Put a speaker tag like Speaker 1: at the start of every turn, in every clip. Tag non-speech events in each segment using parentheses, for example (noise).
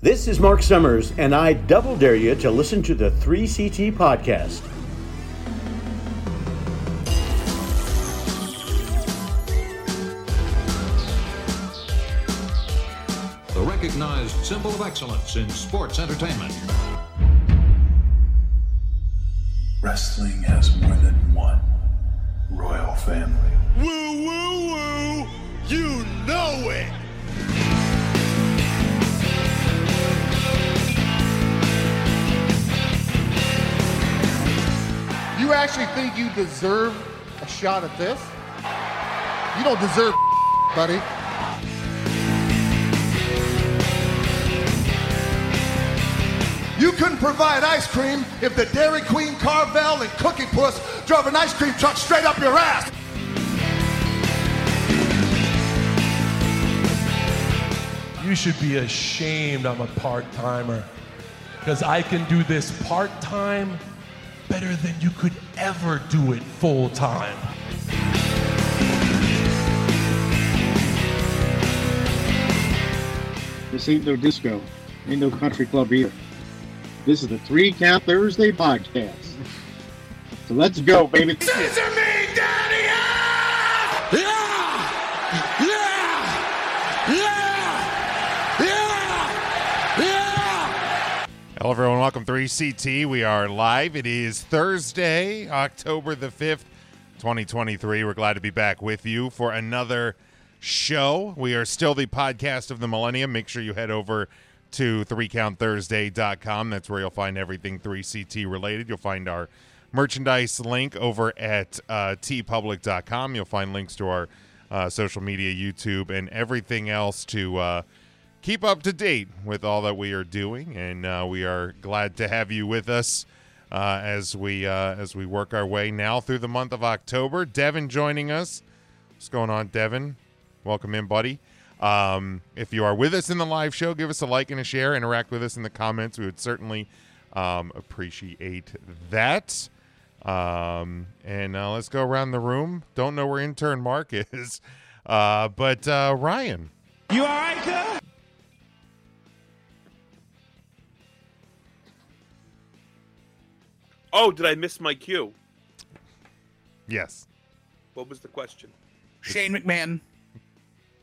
Speaker 1: This is Mark Summers, and I double dare you to listen to the 3CT podcast.
Speaker 2: the recognized symbol of excellence in sports entertainment.
Speaker 3: Wrestling has more than one royal family.
Speaker 4: Woo woo woo! You know it! You actually think you deserve a shot at this? You don't deserve, (laughs) buddy. You couldn't provide ice cream if the Dairy Queen, Carvel, and Cookie Puss drove an ice cream truck straight up your ass.
Speaker 5: You should be ashamed I'm a part timer. Because I can do this part time better than you could ever do it full time.
Speaker 6: This ain't no disco. Ain't no country club either. This is the Three Count Thursday podcast. So let's go, baby.
Speaker 7: Hello, everyone. Welcome to 3CT. We are live. It is Thursday, October the 5th, 2023. We're glad to be back with you for another show. We are still the podcast of the millennium. Make sure you head over to 3countthursday.com. That's where you'll find everything 3CT related. You'll find our merchandise link over at uh, tpublic.com. You'll find links to our uh, social media, YouTube, and everything else to. Uh, keep up to date with all that we are doing, and uh, we are glad to have you with us uh, as we uh, as we work our way now through the month of October. Devin joining us. What's going on, Devin? Welcome in, buddy. Um, if you are with us in the live show, give us a like and a share. Interact with us in the comments. We would certainly um, appreciate that. Um, and uh, let's go around the room. Don't know where intern Mark (laughs) is, uh, but uh, Ryan.
Speaker 8: Oh, did I miss my cue?
Speaker 7: Yes.
Speaker 8: What was the question?
Speaker 9: Shane McMahon.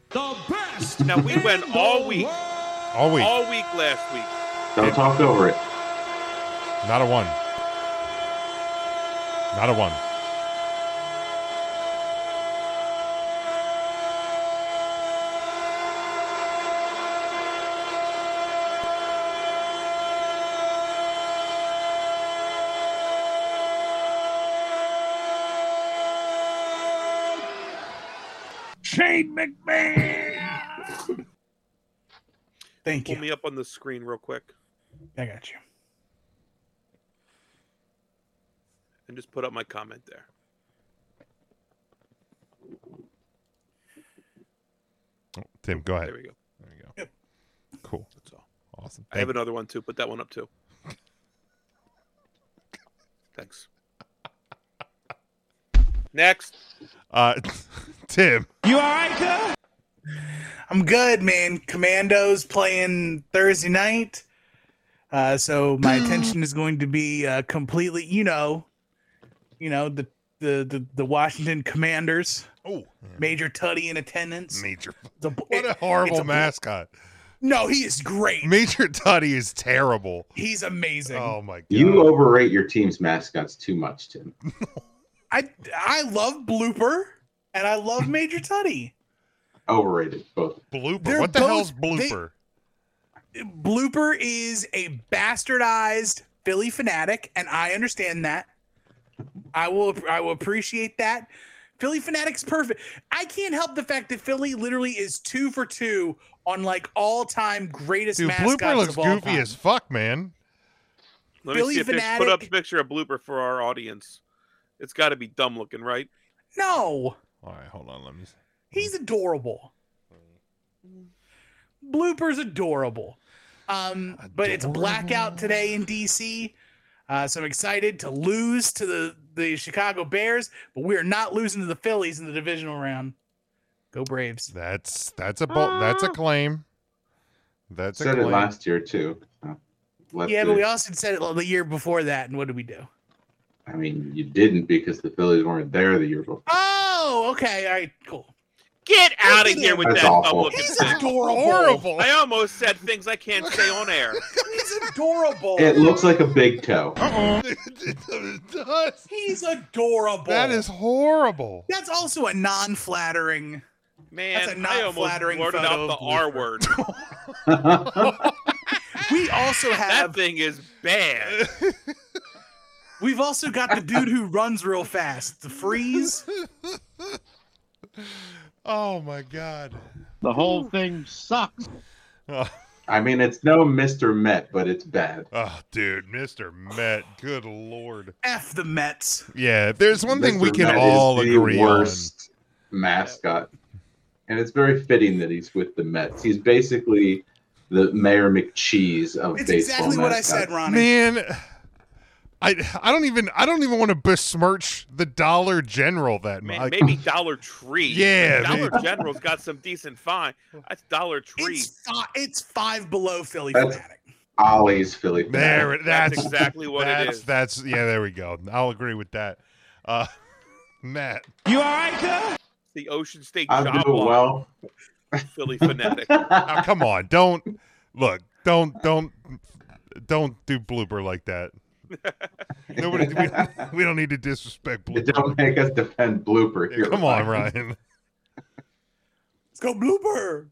Speaker 4: The best!
Speaker 8: Now we went all week,
Speaker 7: All week.
Speaker 8: all week last week.
Speaker 10: Don't talk over it.
Speaker 7: Not a one. Not a one.
Speaker 9: Shane McMahon. Thank
Speaker 8: Pull
Speaker 9: you.
Speaker 8: me up on the screen real quick
Speaker 9: I got you.
Speaker 8: and just put up my comment there.
Speaker 7: Tim, go ahead.
Speaker 8: There we go.
Speaker 7: There you go. Cool.
Speaker 8: That's all.
Speaker 7: Awesome.
Speaker 8: I have
Speaker 7: Thank-
Speaker 8: another one too. Put that one up too. Thanks. Next.
Speaker 7: uh, (laughs) Tim.
Speaker 9: I'm good, man. Commandos playing Thursday night. Uh, so
Speaker 4: (gasps)
Speaker 9: my attention is going to be uh, completely, you know, you know the the the, the Washington Commanders.
Speaker 7: Oh,
Speaker 9: Major Tutty in attendance.
Speaker 7: Major.
Speaker 9: The,
Speaker 7: What a horrible mascot.
Speaker 9: No, he is great.
Speaker 7: Major Tutty is terrible.
Speaker 9: He's amazing.
Speaker 7: Oh my god.
Speaker 10: You overrate your team's mascots too much, Tim.
Speaker 9: I I love Blooper and I love Major Tutty.
Speaker 10: Overrated both.
Speaker 7: blooper.
Speaker 9: they're
Speaker 7: What the
Speaker 9: both-
Speaker 7: hell's
Speaker 9: they-
Speaker 7: blooper?
Speaker 9: Blooper is a bastardized Philly fanatic, and I understand that. I will I will appreciate that. Philly fanatic's perfect. I can't help the fact that Philly literally is two for two on like all time greatest
Speaker 7: Dude,
Speaker 9: mascots
Speaker 7: blooper looks
Speaker 9: of all
Speaker 7: goofy
Speaker 9: time.
Speaker 7: as fuck, man.
Speaker 8: Let
Speaker 9: Billy
Speaker 8: me see a picture, put up a
Speaker 9: Fanatic.
Speaker 8: picture of blooper for our audience. It's got to be dumb looking, right?
Speaker 9: no,
Speaker 7: All right, hold on. Let me. See.
Speaker 9: he's adorable. Mm. Blooper's adorable. Um, but it's blackout today in DC. Uh, so I'm excited to lose to the, the Chicago Bears, but we are not losing to the Phillies in the divisional round. Go Braves.
Speaker 7: That's that's a bo- that's a claim. That's a
Speaker 10: Said it
Speaker 7: claim.
Speaker 10: last year too. Uh, left
Speaker 9: Yeah, but
Speaker 10: it-
Speaker 9: we also said it the year before that, and what did we do?
Speaker 10: I mean, you didn't because the Phillies weren't there the year before.
Speaker 9: Oh, okay, all right, cool.
Speaker 8: Get out of here with
Speaker 10: That's
Speaker 8: that
Speaker 10: awful.
Speaker 8: public
Speaker 9: He's
Speaker 8: thing.
Speaker 9: adorable.
Speaker 7: Horrible.
Speaker 8: I almost said things I can't say on
Speaker 9: (laughs)
Speaker 8: air.
Speaker 9: He's
Speaker 7: (laughs)
Speaker 9: adorable.
Speaker 10: It looks like a big toe.
Speaker 7: it does.
Speaker 9: He's adorable.
Speaker 7: That is horrible.
Speaker 9: That's also a non-flattering. That's a
Speaker 8: Man,
Speaker 9: not
Speaker 8: I almost
Speaker 9: flattering
Speaker 8: blurted
Speaker 9: photo
Speaker 8: out the
Speaker 9: of
Speaker 8: R
Speaker 9: Blooper. (laughs)
Speaker 8: word.
Speaker 9: We also
Speaker 8: That
Speaker 9: have.
Speaker 8: thing is bad.
Speaker 9: We've also got the dude who runs real fast. The freeze.
Speaker 7: Oh my god. (laughs)
Speaker 6: The whole thing sucks.
Speaker 7: Oh,
Speaker 10: I mean, it's no Mr. Met, but it's bad.
Speaker 7: oh, dude, Mr. Met. Good lord.
Speaker 9: F the Mets.
Speaker 7: Yeah, if there's one thing we
Speaker 10: Mr.
Speaker 7: can
Speaker 10: Met is
Speaker 7: all
Speaker 10: the
Speaker 7: agree
Speaker 10: worst mascot, and it's very fitting that he's with the Mets. He's basically the Mayor McCheese of
Speaker 9: It's
Speaker 10: baseball.
Speaker 9: exactly what I
Speaker 10: mascots.
Speaker 9: said,
Speaker 7: on.
Speaker 9: Ronnie.
Speaker 7: Man, I I don't even I don't even want to besmirch the Dollar General that
Speaker 8: Man,
Speaker 7: much.
Speaker 8: maybe Dollar Tree.
Speaker 7: Yeah,
Speaker 8: Dollar
Speaker 7: man.
Speaker 8: General's got some decent fine. That's Dollar Tree.
Speaker 9: It's, fi- it's five below Philly
Speaker 10: That's-
Speaker 9: fanatic.
Speaker 10: Ollie's Philly.
Speaker 7: There, it- that's,
Speaker 8: That's exactly what it
Speaker 7: that's,
Speaker 8: is.
Speaker 7: That's yeah, there we go. I'll agree with that. Uh, (laughs)
Speaker 10: (laughs)
Speaker 7: Matt,
Speaker 8: the Ocean State
Speaker 10: I'm
Speaker 8: job
Speaker 10: doing well.
Speaker 8: (laughs) Philly fanatic.
Speaker 10: (laughs)
Speaker 7: now, come on, don't look, don't, don't, don't do blooper like
Speaker 8: (laughs)
Speaker 7: that. Nobody, we, we don't need to disrespect blooper.
Speaker 10: Don't make us defend blooper
Speaker 7: Yeah,
Speaker 10: here.
Speaker 7: Come on, Ryan.
Speaker 9: Let's go blooper.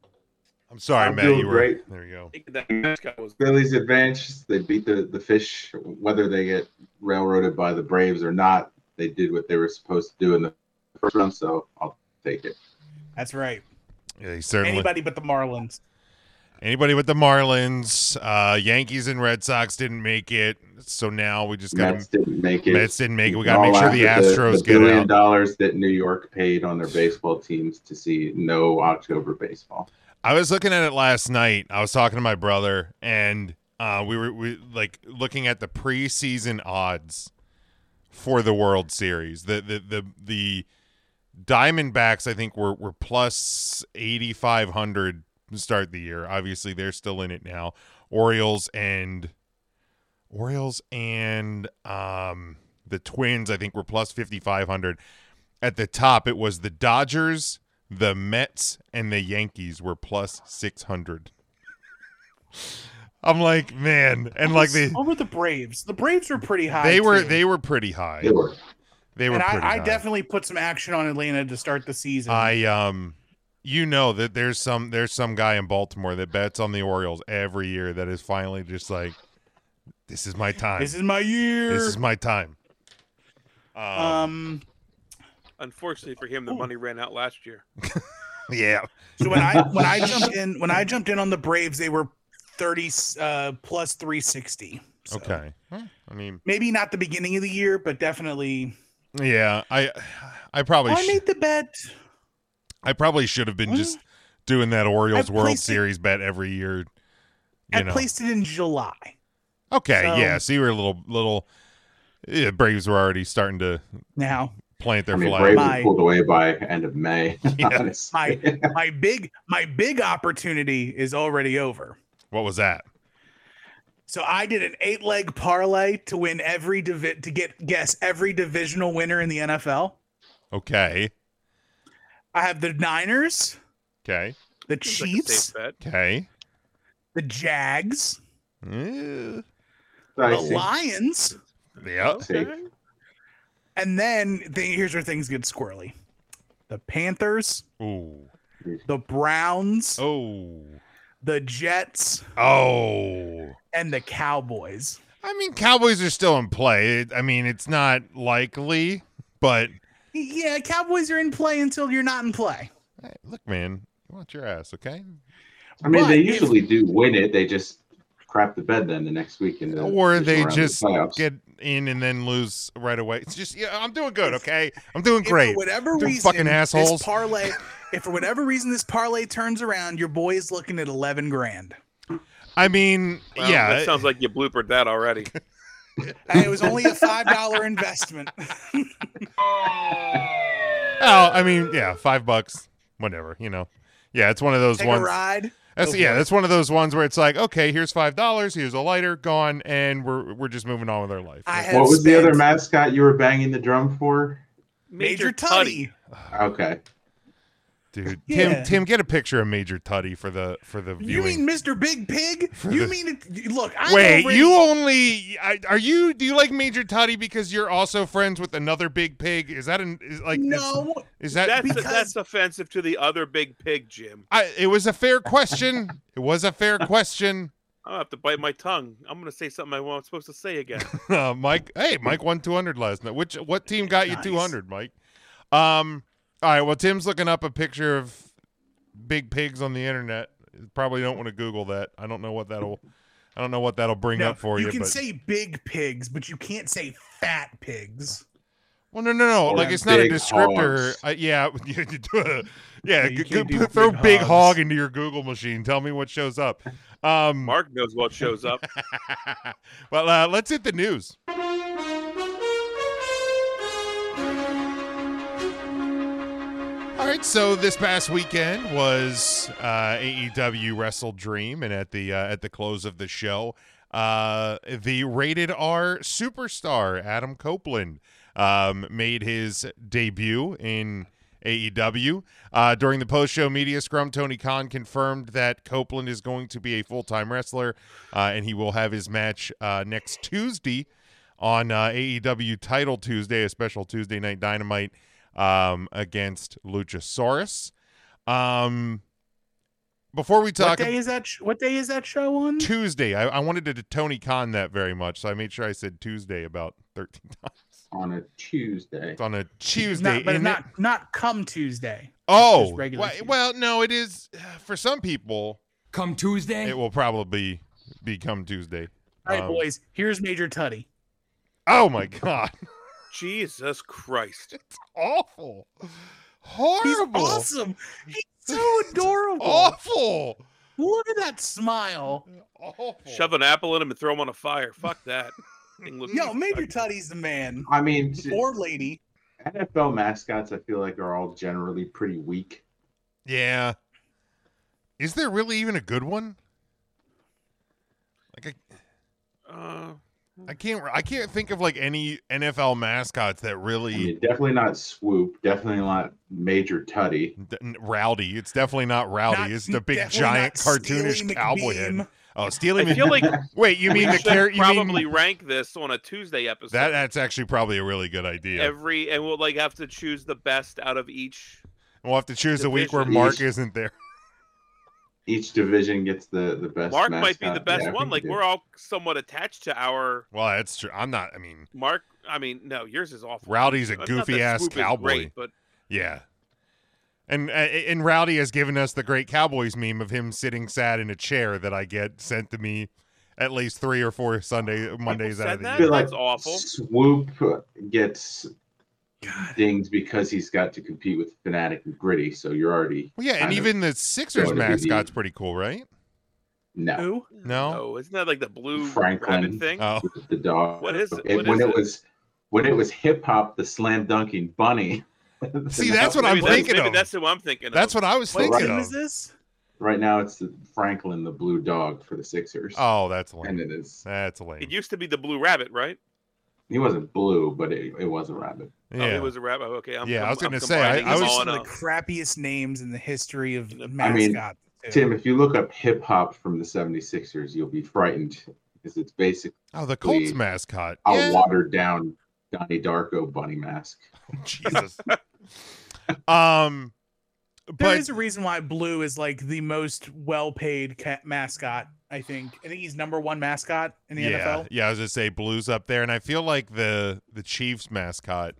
Speaker 7: I'm sorry,
Speaker 10: I'm
Speaker 7: Matt.
Speaker 10: doing
Speaker 7: You were
Speaker 10: great.
Speaker 7: there. You go.
Speaker 8: Thinking that mascot was
Speaker 10: Phillies advance. They beat the, the fish, whether they get railroaded by the Braves or not. They did what they were supposed to do in the first round, so I'll take it.
Speaker 9: That's right.
Speaker 7: Yeah, he certainly.
Speaker 9: Anybody
Speaker 7: Anybody,
Speaker 9: but the Marlins.
Speaker 7: with the Marlins, uh, Yankees, and Red Sox didn't make it, so now we just got
Speaker 10: Mets didn't make it.
Speaker 7: Mets didn't make it. We got to
Speaker 10: All
Speaker 7: make sure the
Speaker 10: after
Speaker 7: Astros
Speaker 10: the
Speaker 7: get
Speaker 10: billion
Speaker 7: out.
Speaker 10: dollars that New York paid on their baseball teams to see no October baseball.
Speaker 7: I was looking at it last night. I was talking to my brother, and uh, we were we, like looking at the preseason odds for the World Series. The the the the Diamondbacks, I think, were were plus eighty five hundred to start the year. Obviously, they're still in it now. Orioles and Orioles and um, the Twins, I think, were plus fifty five hundred. At the top, it was the Dodgers, the Mets and the Yankees were plus 600. I'm like, man, and like they
Speaker 9: What were the Braves? The Braves were pretty high.
Speaker 7: they were
Speaker 9: too.
Speaker 7: they were pretty high.
Speaker 10: They were.
Speaker 7: They were
Speaker 9: and
Speaker 7: pretty
Speaker 9: I, I
Speaker 7: high.
Speaker 9: definitely put some action on Atlanta to start the season.
Speaker 7: I um you know that there's some there's some guy in Baltimore that bets on the Orioles every year that is finally just like this is my time.
Speaker 9: this is my year.
Speaker 7: This is my time.
Speaker 9: (laughs)
Speaker 7: Um,
Speaker 9: um.
Speaker 8: unfortunately for him, the
Speaker 9: Oh.
Speaker 8: money ran out last year.
Speaker 7: yeah.
Speaker 9: So when I when I jumped in when I jumped in on the Braves, they were thirty uh, plus three sixty. So
Speaker 7: Okay. Huh, I mean,
Speaker 9: Maybe not the beginning of the year, but definitely.
Speaker 7: yeah, I I probably
Speaker 9: I
Speaker 7: sh-
Speaker 9: made the bet.
Speaker 7: I probably should have been
Speaker 9: Well,
Speaker 7: just doing that Orioles
Speaker 9: I
Speaker 7: World
Speaker 9: placed it-
Speaker 7: Series bet every year. You
Speaker 9: I
Speaker 7: know.
Speaker 9: placed it in July.
Speaker 7: okay,
Speaker 9: so-
Speaker 7: yeah. So you were a little little. Yeah, Braves were already starting to
Speaker 9: Now
Speaker 10: I
Speaker 7: plant their
Speaker 10: mean,
Speaker 7: flag.
Speaker 10: Braves
Speaker 9: My-
Speaker 10: pulled away by end of May. (laughs) honestly. (laughs)
Speaker 9: my my big my big opportunity is already over.
Speaker 7: What was that?
Speaker 9: So I did an eight leg parlay to win every divi- to get guess every divisional winner in the NFL.
Speaker 7: Okay,
Speaker 9: I have the Niners,
Speaker 7: okay,
Speaker 9: the
Speaker 8: Seems like a
Speaker 9: Chiefs,
Speaker 8: safe bet.
Speaker 7: okay.
Speaker 9: the Jags,
Speaker 7: Yeah.
Speaker 10: I
Speaker 9: the
Speaker 10: see.
Speaker 9: Lions,
Speaker 7: Yeah.
Speaker 10: Safe.
Speaker 9: And then the, here's where things get squirrely: the Panthers,
Speaker 7: Ooh.
Speaker 9: the Browns,
Speaker 7: Oh.
Speaker 9: the Jets,
Speaker 7: Oh.
Speaker 9: and the Cowboys.
Speaker 7: I mean, Cowboys are still in play. It- I mean, it's not likely, but
Speaker 9: Yeah, Cowboys are in play until you're not in play.
Speaker 7: hey, look, man, you want your ass, okay?
Speaker 10: I mean, they
Speaker 9: But if-
Speaker 10: usually do win it. They just crap the bed then the next week. In the
Speaker 7: or
Speaker 10: divisional
Speaker 7: they
Speaker 10: round of the
Speaker 7: just
Speaker 10: playoffs.
Speaker 7: get in and then lose right away. It's just yeah, I'm doing good, okay? I'm doing
Speaker 9: If
Speaker 7: great.
Speaker 9: for whatever
Speaker 7: They're
Speaker 9: reason,
Speaker 7: fucking assholes.
Speaker 9: this parlay. if for whatever reason this parlay turns around, your boy is looking at eleven
Speaker 7: (laughs)
Speaker 9: grand.
Speaker 7: I mean,
Speaker 8: Well,
Speaker 7: yeah,
Speaker 8: that sounds like you bloopered that already.
Speaker 7: (laughs)
Speaker 9: And it was only a five dollar
Speaker 7: (laughs)
Speaker 9: investment.
Speaker 7: oh, I mean, yeah, five bucks, whatever, you know. Yeah, it's one of those
Speaker 9: Take a
Speaker 7: ones.
Speaker 9: ride.
Speaker 7: That's yeah, that's one of those ones where it's like, okay, here's five dollars, here's a lighter, gone, and we're we're just moving on with our life.
Speaker 9: I have
Speaker 10: What was the other
Speaker 9: spent-
Speaker 10: mascot you were banging the drum for?
Speaker 9: Major Tutty.
Speaker 10: Okay.
Speaker 7: Dude,
Speaker 9: Yeah.
Speaker 7: Tim, Tim, get a picture of Major Tutty for the for the
Speaker 9: You
Speaker 7: viewing.
Speaker 9: mean Mr. Big Pig? You
Speaker 7: (laughs)
Speaker 9: mean it, you- look? I
Speaker 7: Wait,
Speaker 9: already-
Speaker 7: you only I, are you? Do you like Major Tutty because you're also friends with another big pig? Is that an is like
Speaker 9: no.
Speaker 7: Is, is that
Speaker 8: That's
Speaker 9: Because-
Speaker 8: that's offensive to the other big pig, Jim.
Speaker 7: I, it was a fair question. it was a fair question.
Speaker 8: I'm gonna have to bite my tongue. I'm gonna say something I wasn't supposed to
Speaker 7: (laughs)
Speaker 8: say again.
Speaker 7: Uh, Mike, hey, Mike won 200 last night. Which what team got you
Speaker 9: Nice.
Speaker 7: 200, Mike? Um, all right. Well, Tim's looking up a picture of big pigs on the internet. Probably don't want to Google that. I don't know what that'll. I don't know what that'll bring
Speaker 9: No,
Speaker 7: up for you.
Speaker 9: you can
Speaker 7: but
Speaker 9: say big pigs, but you can't say fat pigs.
Speaker 7: well, no, no, no.
Speaker 10: Or
Speaker 7: Like it's not a
Speaker 10: big
Speaker 7: descriptor.
Speaker 10: hogs.
Speaker 7: I, yeah, (laughs) you- you do a- yeah.
Speaker 5: you
Speaker 7: g-
Speaker 5: can't
Speaker 7: g-
Speaker 5: do
Speaker 7: throw
Speaker 5: big
Speaker 7: big hog
Speaker 5: hogs.
Speaker 7: into your Google machine. Tell me what shows up. Um, (laughs)
Speaker 8: Mark knows what shows up.
Speaker 7: well, uh, let's hit the news. All right, so this past weekend was uh, AEW Wrestle Dream, and at the uh, at the close of the show, uh, the rated R superstar Adam Copeland um, made his debut in AEW. Uh, during the post show media scrum, Tony Khan confirmed that Copeland is going to be a full time wrestler, uh, and he will have his match uh, next Tuesday on uh, AEW Title Tuesday, a special Tuesday night Dynamite um, against Luchasaurus. Um, before we
Speaker 9: What
Speaker 7: talk
Speaker 9: day is that? Sh- what day is that show on?
Speaker 7: Tuesday, I, I wanted to do Tony Khan that very much, so I made sure I said Tuesday about 13 (laughs) times
Speaker 10: On a Tuesday.
Speaker 7: on a Tuesday.
Speaker 9: Not, but
Speaker 7: and it-
Speaker 9: not not come Tuesday.
Speaker 7: oh,
Speaker 9: regular
Speaker 7: wh-
Speaker 9: Tuesday.
Speaker 7: well, no, it is (sighs) for some people.
Speaker 11: Come Tuesday.
Speaker 7: It will probably become Tuesday.
Speaker 9: All right,
Speaker 7: Um,
Speaker 9: boys. Here's Major Tutty.
Speaker 7: Oh my (laughs) god,
Speaker 8: Jesus Christ!
Speaker 7: awful, horrible,
Speaker 9: He's awesome. He's so adorable.
Speaker 7: (laughs) Oh. awful,
Speaker 9: Look at that smile.
Speaker 7: awful.
Speaker 8: Shove an apple in him and throw him on a fire. Fuck that. Thing
Speaker 9: (laughs)
Speaker 8: looks-
Speaker 9: Yo, Major Tutty's the man
Speaker 10: I mean, t-
Speaker 9: or lady.
Speaker 10: NFL mascots, I feel like, are all generally pretty weak.
Speaker 7: Yeah. Is there really even a good one? Like
Speaker 8: Uh,
Speaker 7: I, I can't I can't think of like any NFL mascots that
Speaker 10: I
Speaker 7: really
Speaker 10: mean, definitely not Swoop. Definitely not Major Tutty.
Speaker 7: d- n- rowdy. It's definitely not rowdy.
Speaker 9: Not-
Speaker 7: it's the big
Speaker 9: definitely
Speaker 7: giant
Speaker 9: not Steely
Speaker 7: cartoonish cowboy head.
Speaker 9: McBeam.
Speaker 7: Oh, Steely
Speaker 8: I feel
Speaker 7: Mc-
Speaker 8: like
Speaker 7: Wait, you
Speaker 8: we
Speaker 7: mean the
Speaker 8: should
Speaker 7: car- you mean-
Speaker 8: probably rank this on a Tuesday episode.
Speaker 7: that that's actually probably a really good idea.
Speaker 8: every and we'll like have to choose the best out of each.
Speaker 7: we'll have to choose a week where
Speaker 10: Division.
Speaker 7: Mark isn't there.
Speaker 10: Each division gets the the best.
Speaker 8: Mark might be
Speaker 10: mascot.
Speaker 8: the best
Speaker 10: Yeah, I
Speaker 8: one.
Speaker 10: think
Speaker 8: Like
Speaker 10: it
Speaker 8: we're
Speaker 10: is.
Speaker 8: all somewhat attached to our
Speaker 7: Well, that's true. I'm not I mean
Speaker 8: Mark. I mean, no, yours is awful.
Speaker 7: Rowdy's a
Speaker 8: Not that
Speaker 7: goofy ass
Speaker 8: Swoop is
Speaker 7: cowboy.
Speaker 8: great, but
Speaker 7: Yeah. And uh, and Rowdy has given us the great Cowboys meme of him sitting sad in a chair that I get sent to me at least three or four Sunday Mondays out
Speaker 8: said
Speaker 7: of the
Speaker 8: that?
Speaker 7: year.
Speaker 10: Feel like
Speaker 8: that's awful.
Speaker 10: Swoop gets dinged because he's got to compete with Fnatic and Gritty. So you're already
Speaker 7: Well, yeah, and
Speaker 10: kind of
Speaker 7: even the Sixers
Speaker 10: going to be the-
Speaker 7: mascot's pretty cool, right?
Speaker 10: no
Speaker 9: Who?
Speaker 7: No.
Speaker 8: no, isn't that like the blue
Speaker 10: Oh. Franklin.
Speaker 8: rabbit thing?
Speaker 7: Oh,
Speaker 10: the dog.
Speaker 8: What is it?
Speaker 10: It-
Speaker 8: What
Speaker 10: when
Speaker 8: is
Speaker 10: it,
Speaker 8: it?
Speaker 10: was when it was hip hop, the slam dunking bunny.
Speaker 7: See, that's what
Speaker 8: maybe
Speaker 7: I'm
Speaker 8: that's,
Speaker 7: thinking
Speaker 8: maybe
Speaker 7: of.
Speaker 8: that's who I'm thinking
Speaker 7: that's
Speaker 8: of.
Speaker 7: what I was
Speaker 9: Wait,
Speaker 7: thinking
Speaker 10: Right.
Speaker 9: who
Speaker 7: of.
Speaker 9: is this?
Speaker 10: right now. It's the Franklin, the blue dog for the Sixers,
Speaker 7: Oh, that's lame.
Speaker 10: and it is
Speaker 7: That's lame.
Speaker 8: It used to be the blue rabbit, right?
Speaker 10: he wasn't blue, but it, it was a rabbit.
Speaker 8: Oh,
Speaker 7: yeah.
Speaker 8: it was a rabbit. Okay, I'm,
Speaker 7: Yeah, I
Speaker 8: I'm-
Speaker 7: was
Speaker 8: I'm
Speaker 7: gonna say, I-
Speaker 8: combining
Speaker 7: I
Speaker 8: them
Speaker 7: was-
Speaker 8: all
Speaker 9: Some of
Speaker 8: in
Speaker 9: the crappiest names in the history of
Speaker 10: I mean,
Speaker 9: mascots. too.
Speaker 10: Tim, if you look up hip hop from the 76ers, you'll be frightened because it's basically
Speaker 7: oh, the Colts
Speaker 10: we-
Speaker 7: mascot.
Speaker 10: a
Speaker 7: Yeah.
Speaker 10: watered down Donnie Darko bunny mask.
Speaker 7: (laughs)
Speaker 8: (laughs)
Speaker 7: Jesus. um,
Speaker 9: There is
Speaker 7: but
Speaker 9: a reason why blue is like the most well-paid ca- mascot. I think. I think he's number one mascot in the
Speaker 7: yeah,
Speaker 9: NFL.
Speaker 7: Yeah, I was gonna say Blues up there, and I feel like the the Chiefs mascot.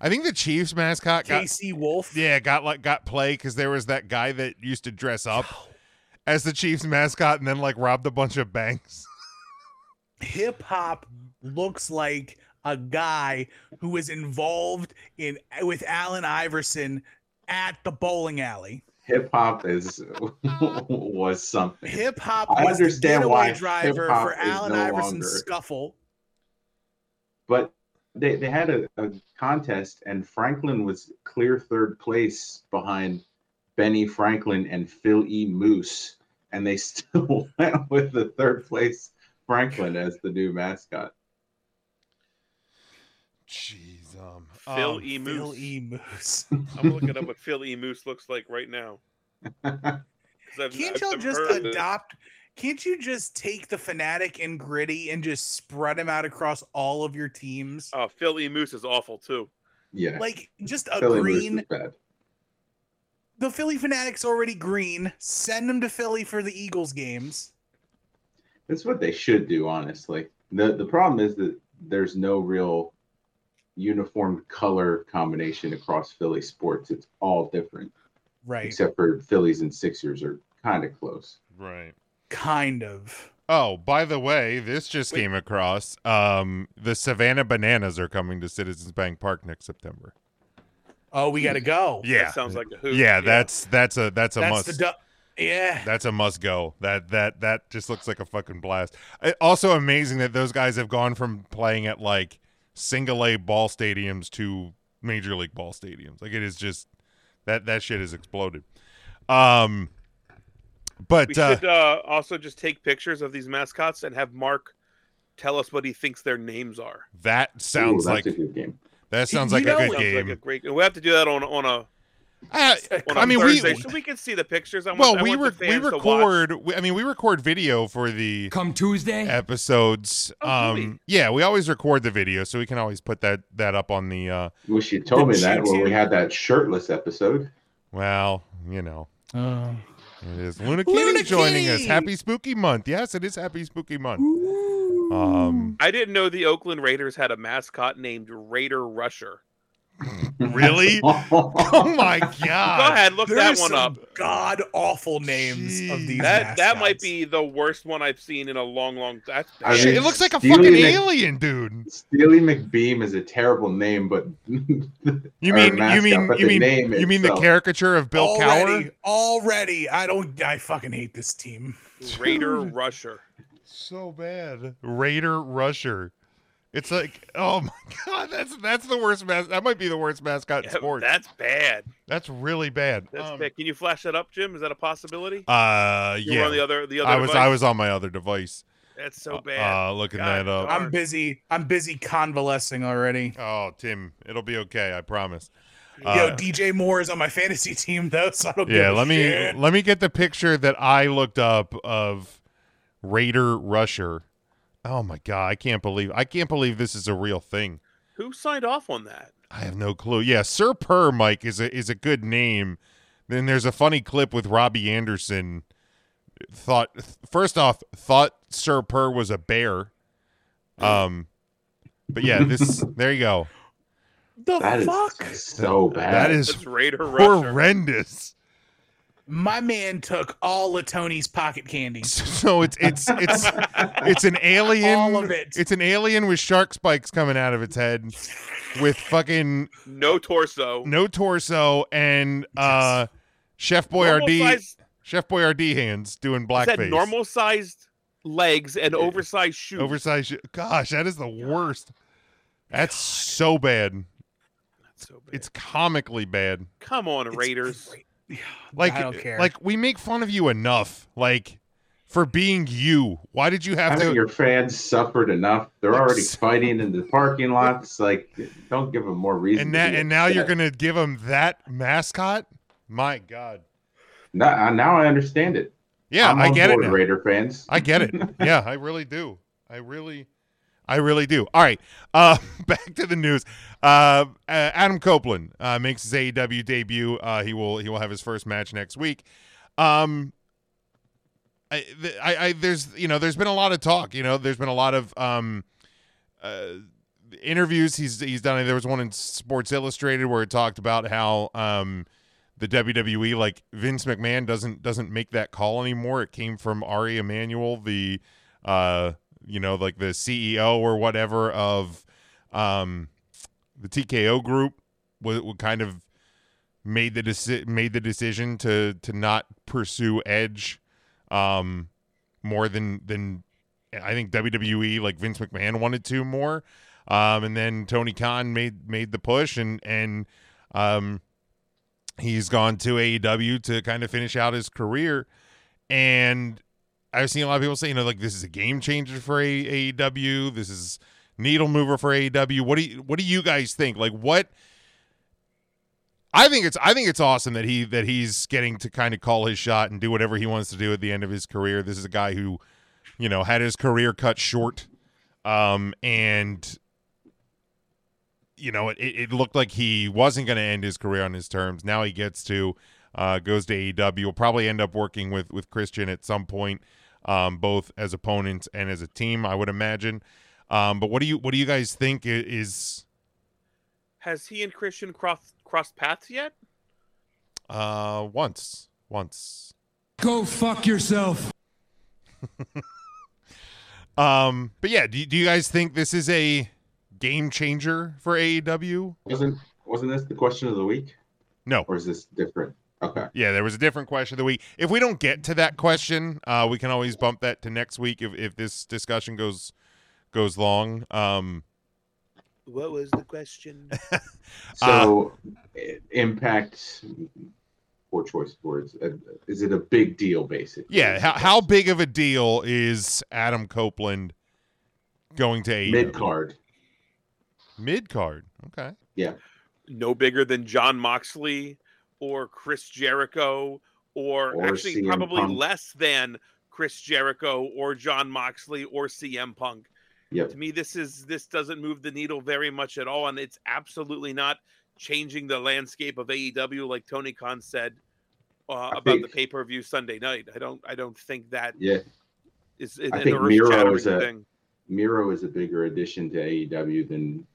Speaker 7: I think the Chiefs mascot got
Speaker 9: KC Wolf.
Speaker 7: yeah got like got play because there was that guy that used to dress up as the Chiefs mascot and then like robbed a bunch of banks. (laughs)
Speaker 9: Hip hop looks like a guy who was involved in with Allen Iverson at the bowling alley.
Speaker 10: Hip hop is (laughs) was something.
Speaker 9: Hip hop
Speaker 10: I
Speaker 9: was the
Speaker 10: understand why
Speaker 9: getaway driver
Speaker 10: hip-hop
Speaker 9: for
Speaker 10: is
Speaker 9: Allen
Speaker 10: no
Speaker 9: Iverson's
Speaker 10: longer-
Speaker 9: scuffle.
Speaker 10: but they, they had a, a contest and franklin was clear third place behind Benny Franklin and Phil E. Moose, and they (laughs) still went with the third place Franklin as the new mascot.
Speaker 7: Jeez, um,
Speaker 8: Phil
Speaker 7: um,
Speaker 8: E. Moose.
Speaker 9: Bill E. Moose.
Speaker 8: I'm looking up what Phil E. Moose looks like
Speaker 7: (laughs)
Speaker 8: right now. 'Cause (laughs) I've-
Speaker 9: Can't
Speaker 8: I've
Speaker 9: y'all
Speaker 8: never
Speaker 9: just
Speaker 8: heard of this.
Speaker 9: adopt? Can't you just take the fanatic and gritty and just spread them out across all of your teams?
Speaker 8: Oh, Phil E. Moose is awful too.
Speaker 10: Yeah,
Speaker 9: Like just a
Speaker 10: Philly Moose
Speaker 9: green.
Speaker 10: is bad.
Speaker 9: The Philly fanatic's already green. Send them to Philly for the Eagles games.
Speaker 10: That's what they should do, honestly. the The problem is that there's no real uniform color combination across Philly sports. It's all different,
Speaker 9: Right.
Speaker 10: except for Phillies and Sixers are kind of close.
Speaker 7: right.
Speaker 9: kind of.
Speaker 7: Oh, by the way, this just came across. Um, the Savannah Bananas are coming to Citizens Bank Park next September.
Speaker 9: Oh, we gotta go.
Speaker 7: Yeah,
Speaker 8: That sounds like a hoot.
Speaker 7: yeah, that's that's a that's a
Speaker 9: That's
Speaker 7: must.
Speaker 9: the du- Yeah.
Speaker 7: That's a must go. That that that just looks like a fucking blast. Uh, Also amazing that those guys have gone from playing at like single A ball stadiums to major league ball stadiums. Like it is just that that shit has exploded. Um,
Speaker 8: We
Speaker 7: but uh,
Speaker 8: should uh, also just take pictures of these mascots and have Mark tell us what he thinks their names are.
Speaker 7: that sounds
Speaker 10: Ooh,
Speaker 7: like
Speaker 10: that's a good game.
Speaker 7: that sounds
Speaker 9: You
Speaker 7: like
Speaker 9: know
Speaker 7: a
Speaker 9: it
Speaker 7: good
Speaker 8: Sounds like
Speaker 7: game.
Speaker 8: a great. We have to do that on on a.
Speaker 7: I-
Speaker 8: On a
Speaker 7: I mean, we
Speaker 8: Thursday, so we can see the pictures. I want,
Speaker 7: well
Speaker 8: I
Speaker 7: we
Speaker 8: want
Speaker 7: re-
Speaker 8: the
Speaker 7: we
Speaker 8: fans to watch.
Speaker 7: record. We, I mean, we record video for the
Speaker 11: Come Tuesday,
Speaker 7: episodes.
Speaker 8: Oh, do we?
Speaker 7: Um, yeah, we always record the video, so we can always put that that up on the. Uh,
Speaker 10: Wish you told me
Speaker 9: Didn't
Speaker 10: that
Speaker 9: you
Speaker 10: when we
Speaker 9: too?
Speaker 10: had that shirtless
Speaker 7: (laughs)
Speaker 10: episode. (laughs)
Speaker 7: well, you know.
Speaker 11: Uh.
Speaker 7: It is Luna
Speaker 9: Luna
Speaker 7: Kitty joining us.
Speaker 9: Kitty!
Speaker 7: Happy Spooky Month. Yes, it is Happy Spooky Month. Um,
Speaker 8: I didn't know the Oakland Raiders had a mascot named Raider Rusher.
Speaker 7: really? (laughs) oh my god!
Speaker 8: Go ahead, look
Speaker 9: There
Speaker 8: that
Speaker 9: is
Speaker 8: one up.
Speaker 9: some god awful names of these.
Speaker 8: That that might
Speaker 9: mascots.
Speaker 8: be the worst one I've seen in a long, long time.
Speaker 10: I
Speaker 7: Shit,
Speaker 10: mean,
Speaker 7: it looks like a
Speaker 10: Steely
Speaker 7: fucking
Speaker 10: Mc-
Speaker 7: alien, dude.
Speaker 10: Steely McBeam is a terrible name, but
Speaker 7: You
Speaker 10: Or
Speaker 7: mean you
Speaker 10: mascot,
Speaker 7: mean
Speaker 10: but
Speaker 7: you
Speaker 10: the
Speaker 7: mean
Speaker 10: name
Speaker 7: you mean the
Speaker 10: itself.
Speaker 7: caricature of Bill
Speaker 9: already,
Speaker 7: Cower?
Speaker 9: Already, I don't. I fucking hate this team.
Speaker 7: (laughs)
Speaker 8: Raider Rusher.
Speaker 7: So bad. Raider Rusher. It's like, oh my (laughs) god, that's that's the worst mas- That might be the worst mascot in
Speaker 8: Yeah,
Speaker 7: sports.
Speaker 8: That's bad.
Speaker 7: That's really bad.
Speaker 8: That's
Speaker 7: Um,
Speaker 8: bad. Can you flash that up, Jim? Is that a possibility?
Speaker 7: Uh,
Speaker 8: You were
Speaker 7: yeah.
Speaker 8: on the other the other.
Speaker 7: I was
Speaker 8: device?
Speaker 7: I was on my other device.
Speaker 8: That's so
Speaker 7: uh,
Speaker 8: bad.
Speaker 7: Uh, looking
Speaker 8: God
Speaker 7: that up.
Speaker 8: darn.
Speaker 9: I'm busy. I'm busy convalescing already.
Speaker 7: Oh, Tim, it'll be okay. I promise.
Speaker 9: Yo,
Speaker 7: Uh,
Speaker 9: DJ Moore is on my fantasy team though, so I don't. give
Speaker 7: yeah,
Speaker 9: a
Speaker 7: let me
Speaker 9: shit.
Speaker 7: let me get the picture that I looked up of Raider Rusher. Oh my god, I can't believe I can't believe this is a real thing.
Speaker 8: Who signed off on that?
Speaker 7: I have no clue. Yeah, Sir Per Mike is a is a good name. Then there's a funny clip with Robbie Anderson. Thought first off, thought Sir Per was a bear. Um, but
Speaker 10: (laughs)
Speaker 7: yeah, this there you go.
Speaker 9: The
Speaker 10: that is
Speaker 9: fuck?
Speaker 10: so bad.
Speaker 7: That is
Speaker 8: That's Raider Rusher.
Speaker 7: horrendous.
Speaker 9: My man took all of Tony's pocket candy.
Speaker 7: So it's it's it's it's an alien.
Speaker 9: All of it.
Speaker 7: It's an alien with shark spikes coming out of its head, with fucking
Speaker 8: No torso.
Speaker 7: no torso and uh, Chef
Speaker 8: Normal
Speaker 7: Boyardee.
Speaker 8: size-
Speaker 7: Chef Boyardee hands doing
Speaker 8: It's had
Speaker 7: blackface.
Speaker 8: normal sized legs and oversized shoes.
Speaker 7: oversized. shi- Gosh, that is the worst. That's so bad.
Speaker 8: That's so bad.
Speaker 7: It's comically bad.
Speaker 8: come on,
Speaker 9: It's
Speaker 8: Raiders.
Speaker 9: (sighs) great. Yeah,
Speaker 7: Like
Speaker 9: I don't care.
Speaker 7: like we make fun of you enough. Like for being you. Why did you have
Speaker 10: Haven't
Speaker 7: to?
Speaker 10: your fans suffered enough? They're
Speaker 7: Like
Speaker 10: already
Speaker 7: s-
Speaker 10: fighting in the parking lots. Like, don't give them more reason.
Speaker 7: and
Speaker 10: to
Speaker 7: that
Speaker 10: be
Speaker 7: and now you're
Speaker 10: upset.
Speaker 7: gonna give him that mascot. My God.
Speaker 10: Now, I- now I understand it.
Speaker 7: Yeah,
Speaker 10: I'm
Speaker 7: I
Speaker 10: on
Speaker 7: get it.
Speaker 10: board,
Speaker 7: now.
Speaker 10: Raider fans.
Speaker 7: I get it. Yeah, I really do. I really, I really do. All right. Uh, (laughs) back to the news. Uh, uh, Adam Copeland uh, makes his AEW debut. Uh, he will he will have his first match next week. Um, I, th- I, I there's you know there's been a lot of talk. You know there's been a lot of um, uh, interviews he's he's done. There was one in Sports Illustrated where it talked about how um, the WWE like Vince McMahon doesn't doesn't make that call anymore. It came from Ari Emanuel, the uh, you know like the CEO or whatever of um, the TKO group. What kind of made the deci- made the decision to to not pursue Edge um, more than than I think WWE like Vince McMahon wanted to more. Um, and then Tony Khan made made the push and and um, He's gone to AEW to kind of finish out his career. And I've seen a lot of people say, you know, like this is a game changer for A- AEW. This is needle mover for AEW. What do you what do you guys think? Like what I think it's I think it's awesome that he that he's getting to kind of call his shot and do whatever he wants to do at the end of his career. This is a guy who, you know, had his career cut short. Um and you know, it, it looked like he wasn't going to end his career on his terms. Now he gets to uh, goes to AEW. Will probably end up working with with Christian at some point, um, both as opponents and as a team, I would imagine. Um, but what do you what do you guys think i- is?
Speaker 8: Has he and Christian crossed crossed paths yet?
Speaker 7: Uh, once, once.
Speaker 11: Go fuck yourself.
Speaker 7: Um, but yeah, do, you- do you guys think this is a game changer for E AEW?
Speaker 10: Wasn't wasn't this the question of the week?
Speaker 7: No.
Speaker 10: Or is this different? Okay.
Speaker 7: Yeah, there was a different question of the week. If we don't get to that question, uh, we can always bump that to next week if, if this discussion goes goes long. Um,
Speaker 8: What was the question?
Speaker 7: Uh,
Speaker 10: So, i- impact. Poor choice of words. Uh, Is it a big deal? Basically.
Speaker 7: yeah, how, how big of a deal is Adam Copeland going to AEW?
Speaker 10: Mid card.
Speaker 7: Mid card. Okay.
Speaker 10: Yeah.
Speaker 8: no bigger than John Moxley or Chris Jericho, or,
Speaker 10: Or
Speaker 8: actually
Speaker 10: CM
Speaker 8: probably
Speaker 10: Punk.
Speaker 8: less than Chris Jericho or John Moxley or CM Punk.
Speaker 10: Yep.
Speaker 8: To me, this is this doesn't move the needle very much at all, and it's absolutely not changing the landscape of AEW, like Tony Khan said uh, about the
Speaker 10: think-
Speaker 8: pay per view Sunday night. I don't I don't think that
Speaker 10: Yeah.
Speaker 8: is an
Speaker 10: I think
Speaker 8: earth
Speaker 10: Miro
Speaker 8: shattering
Speaker 10: is a
Speaker 8: thing.
Speaker 10: Miro is a bigger addition to AEW than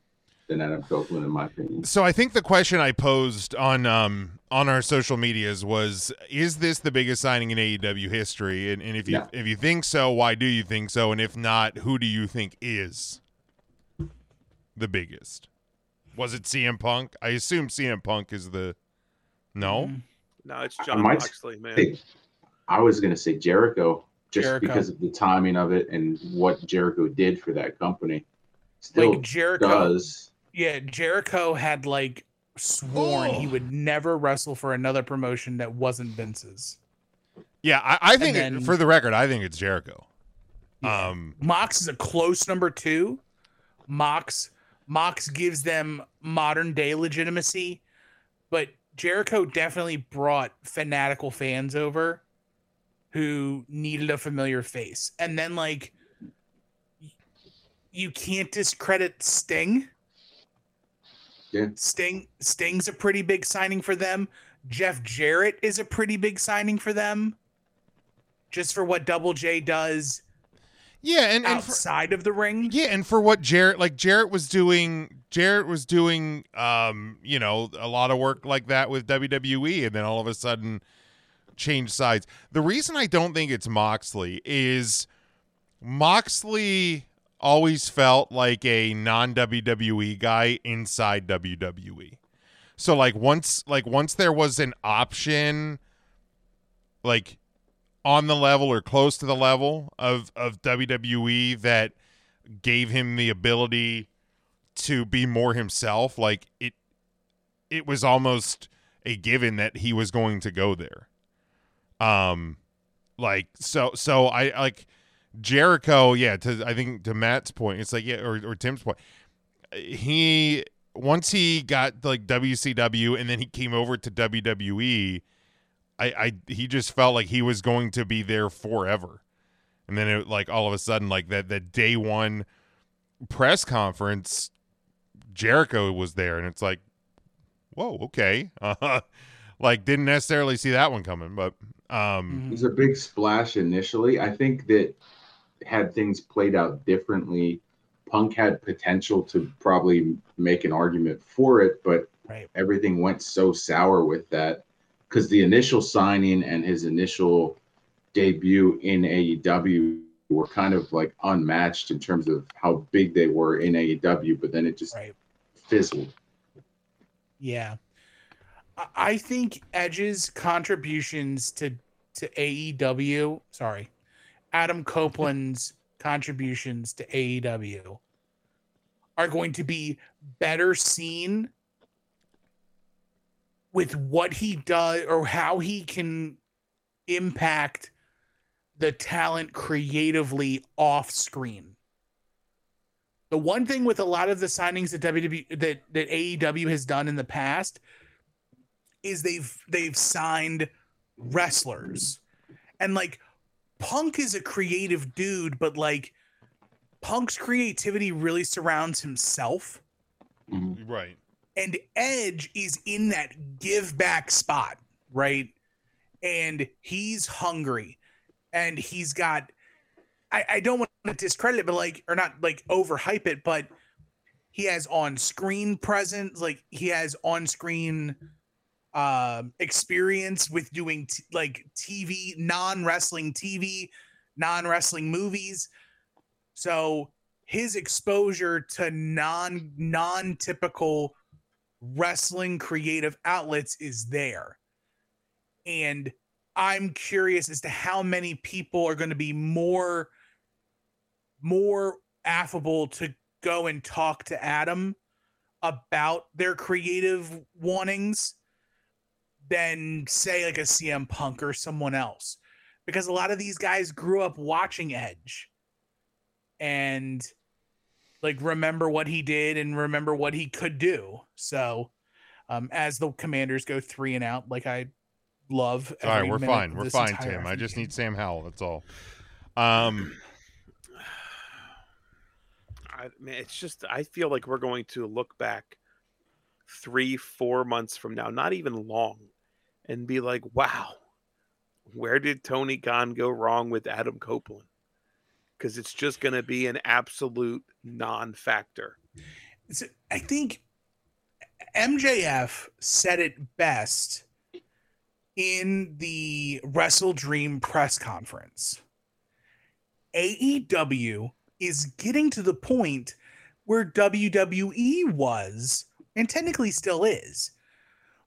Speaker 10: than Adam Copeland, in my opinion.
Speaker 7: So I think the question I posed on um on our social medias was is this the biggest signing in AEW history? And, and if you
Speaker 10: No.
Speaker 7: if you think so, why do you think so? And if not, who do you think is the biggest? Was it CM Punk? I assume CM Punk is the No.
Speaker 9: Mm-hmm.
Speaker 8: No, it's
Speaker 10: I
Speaker 8: John
Speaker 10: might
Speaker 8: Moxley, man.
Speaker 10: say- I was gonna say Jericho just
Speaker 9: Jericho.
Speaker 10: because of the timing of it and what Jericho did for that company. Still
Speaker 9: Like Jericho.
Speaker 10: does.
Speaker 9: Yeah, Jericho had like sworn he
Speaker 7: Oh.
Speaker 9: would never wrestle for another promotion that wasn't Vince's.
Speaker 7: Yeah, I, I think
Speaker 9: And then-
Speaker 7: for the record, I think it's Jericho. Um
Speaker 9: Mox is a close number two. Mox Mox gives them modern day legitimacy, but Jericho definitely brought fanatical fans over who needed a familiar face. And then like y- you can't discredit Sting.
Speaker 10: Yeah.
Speaker 9: Sting Sting's a pretty big signing for them. Jeff Jarrett is a pretty big signing for them. Just for what Double J does
Speaker 7: yeah, and, and for-
Speaker 9: outside of the ring.
Speaker 7: Mm, Yeah, and for what Jarrett like Jarrett was doing Jarrett was doing um, you know, a lot of work like that with WWE and then all of a sudden change sides. The reason I don't think it's Moxley is Moxley always felt like a non WWE guy inside WWE. So like once like once there was an option like on the level or close to the level of of WWE that gave him the ability to be more himself like it it was almost a given that he was going to go there um like so so i like jericho yeah to i think to matt's point it's like yeah or, or tim's point he once he got like wcw and then he came over to wwe i i he just felt like he was going to be there forever and then it like all of a sudden like that that day one press conference jericho was there and it's like whoa okay (laughs) uh, like didn't necessarily see that one coming but um
Speaker 9: Mm-hmm.
Speaker 10: It was a big splash initially. I think that had things played out differently, Punk had potential to probably make an argument for it, but
Speaker 9: Right.
Speaker 10: everything went so sour with that because the initial signing and his initial debut in E AEW were kind of like unmatched in terms of how big they were in AEW, but then it just
Speaker 9: Right.
Speaker 10: fizzled.
Speaker 9: Yeah. I- I think Edge's contributions to to AEW, sorry, Adam Copeland's contributions to E AEW are going to be better seen with what he does or how he can impact the talent creatively off screen. The one thing with a lot of the signings that WWE that, that AEW has done in the past is they've they've signed wrestlers. And like Punk is a creative dude, but like Punk's creativity really surrounds himself.
Speaker 7: Right.
Speaker 9: And Edge is in that give back spot, right? And he's hungry and he's got I, I don't want to discredit it, but like or not like overhype it, but he has on screen presence, like he has on screen um experience with doing t- like TV, non wrestling TV, non wrestling movies. So his exposure to non non typical wrestling creative outlets is there. And I'm curious as to how many people are going to be more more affable to go and talk to Adam about their creative wantings than say like a CM Punk or someone else. Because a lot of these guys grew up watching Edge and like remember what he did and remember what he could do. So um as the commanders go three and out, like I love
Speaker 7: All right,
Speaker 9: every
Speaker 7: we're
Speaker 9: minute
Speaker 7: fine.
Speaker 9: of
Speaker 7: We're
Speaker 9: this
Speaker 7: fine,
Speaker 9: entire
Speaker 7: Tim. I just
Speaker 9: freaking-
Speaker 7: need Sam Howell. That's all. Um,
Speaker 8: I mean, it's just I feel like we're going to look back three, four months from now, not even long, and be like, wow, where did Tony Khan go wrong with Adam Copeland? Because it's just going to be an absolute non-factor.
Speaker 9: So, I think MJF said it best in the Wrestle Dream press conference. AEW is getting to the point where WWE was and technically still is.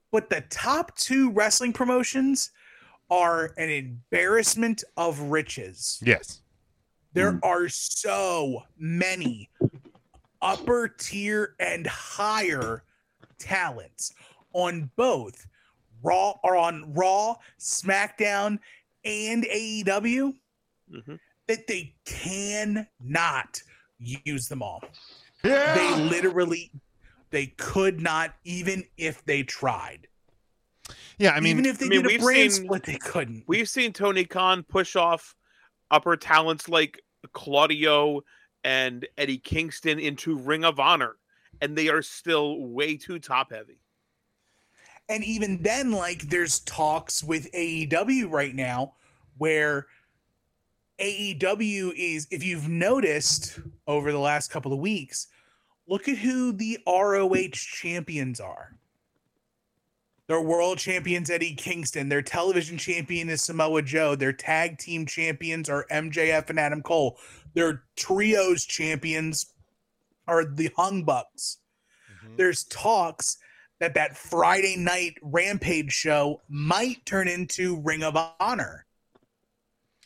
Speaker 9: But the top two wrestling promotions are an embarrassment of riches.
Speaker 7: yes. Mm.
Speaker 9: There are so many upper tier and higher talents on both Raw or on Raw, SmackDown, and AEW that they cannot use them all. They literally they could not even if they tried.
Speaker 7: Yeah, I
Speaker 9: even if they did a brand split, they couldn't.
Speaker 8: We've seen Tony Khan push off upper talents like Claudio and Eddie Kingston into Ring of Honor, and they are still way too top heavy.
Speaker 9: And even then, like, there's talks with AEW right now where AEW is, if you've noticed over the last couple of weeks, look at who the ROH champions are. Their world champions, Eddie Kingston. Their television champion is Samoa Joe. Their tag team champions are MJF and Adam Cole. Their trios champions are the Hung Bucks.
Speaker 7: Mm-hmm.
Speaker 9: There's talks that that Friday night Rampage show might turn into Ring of Honor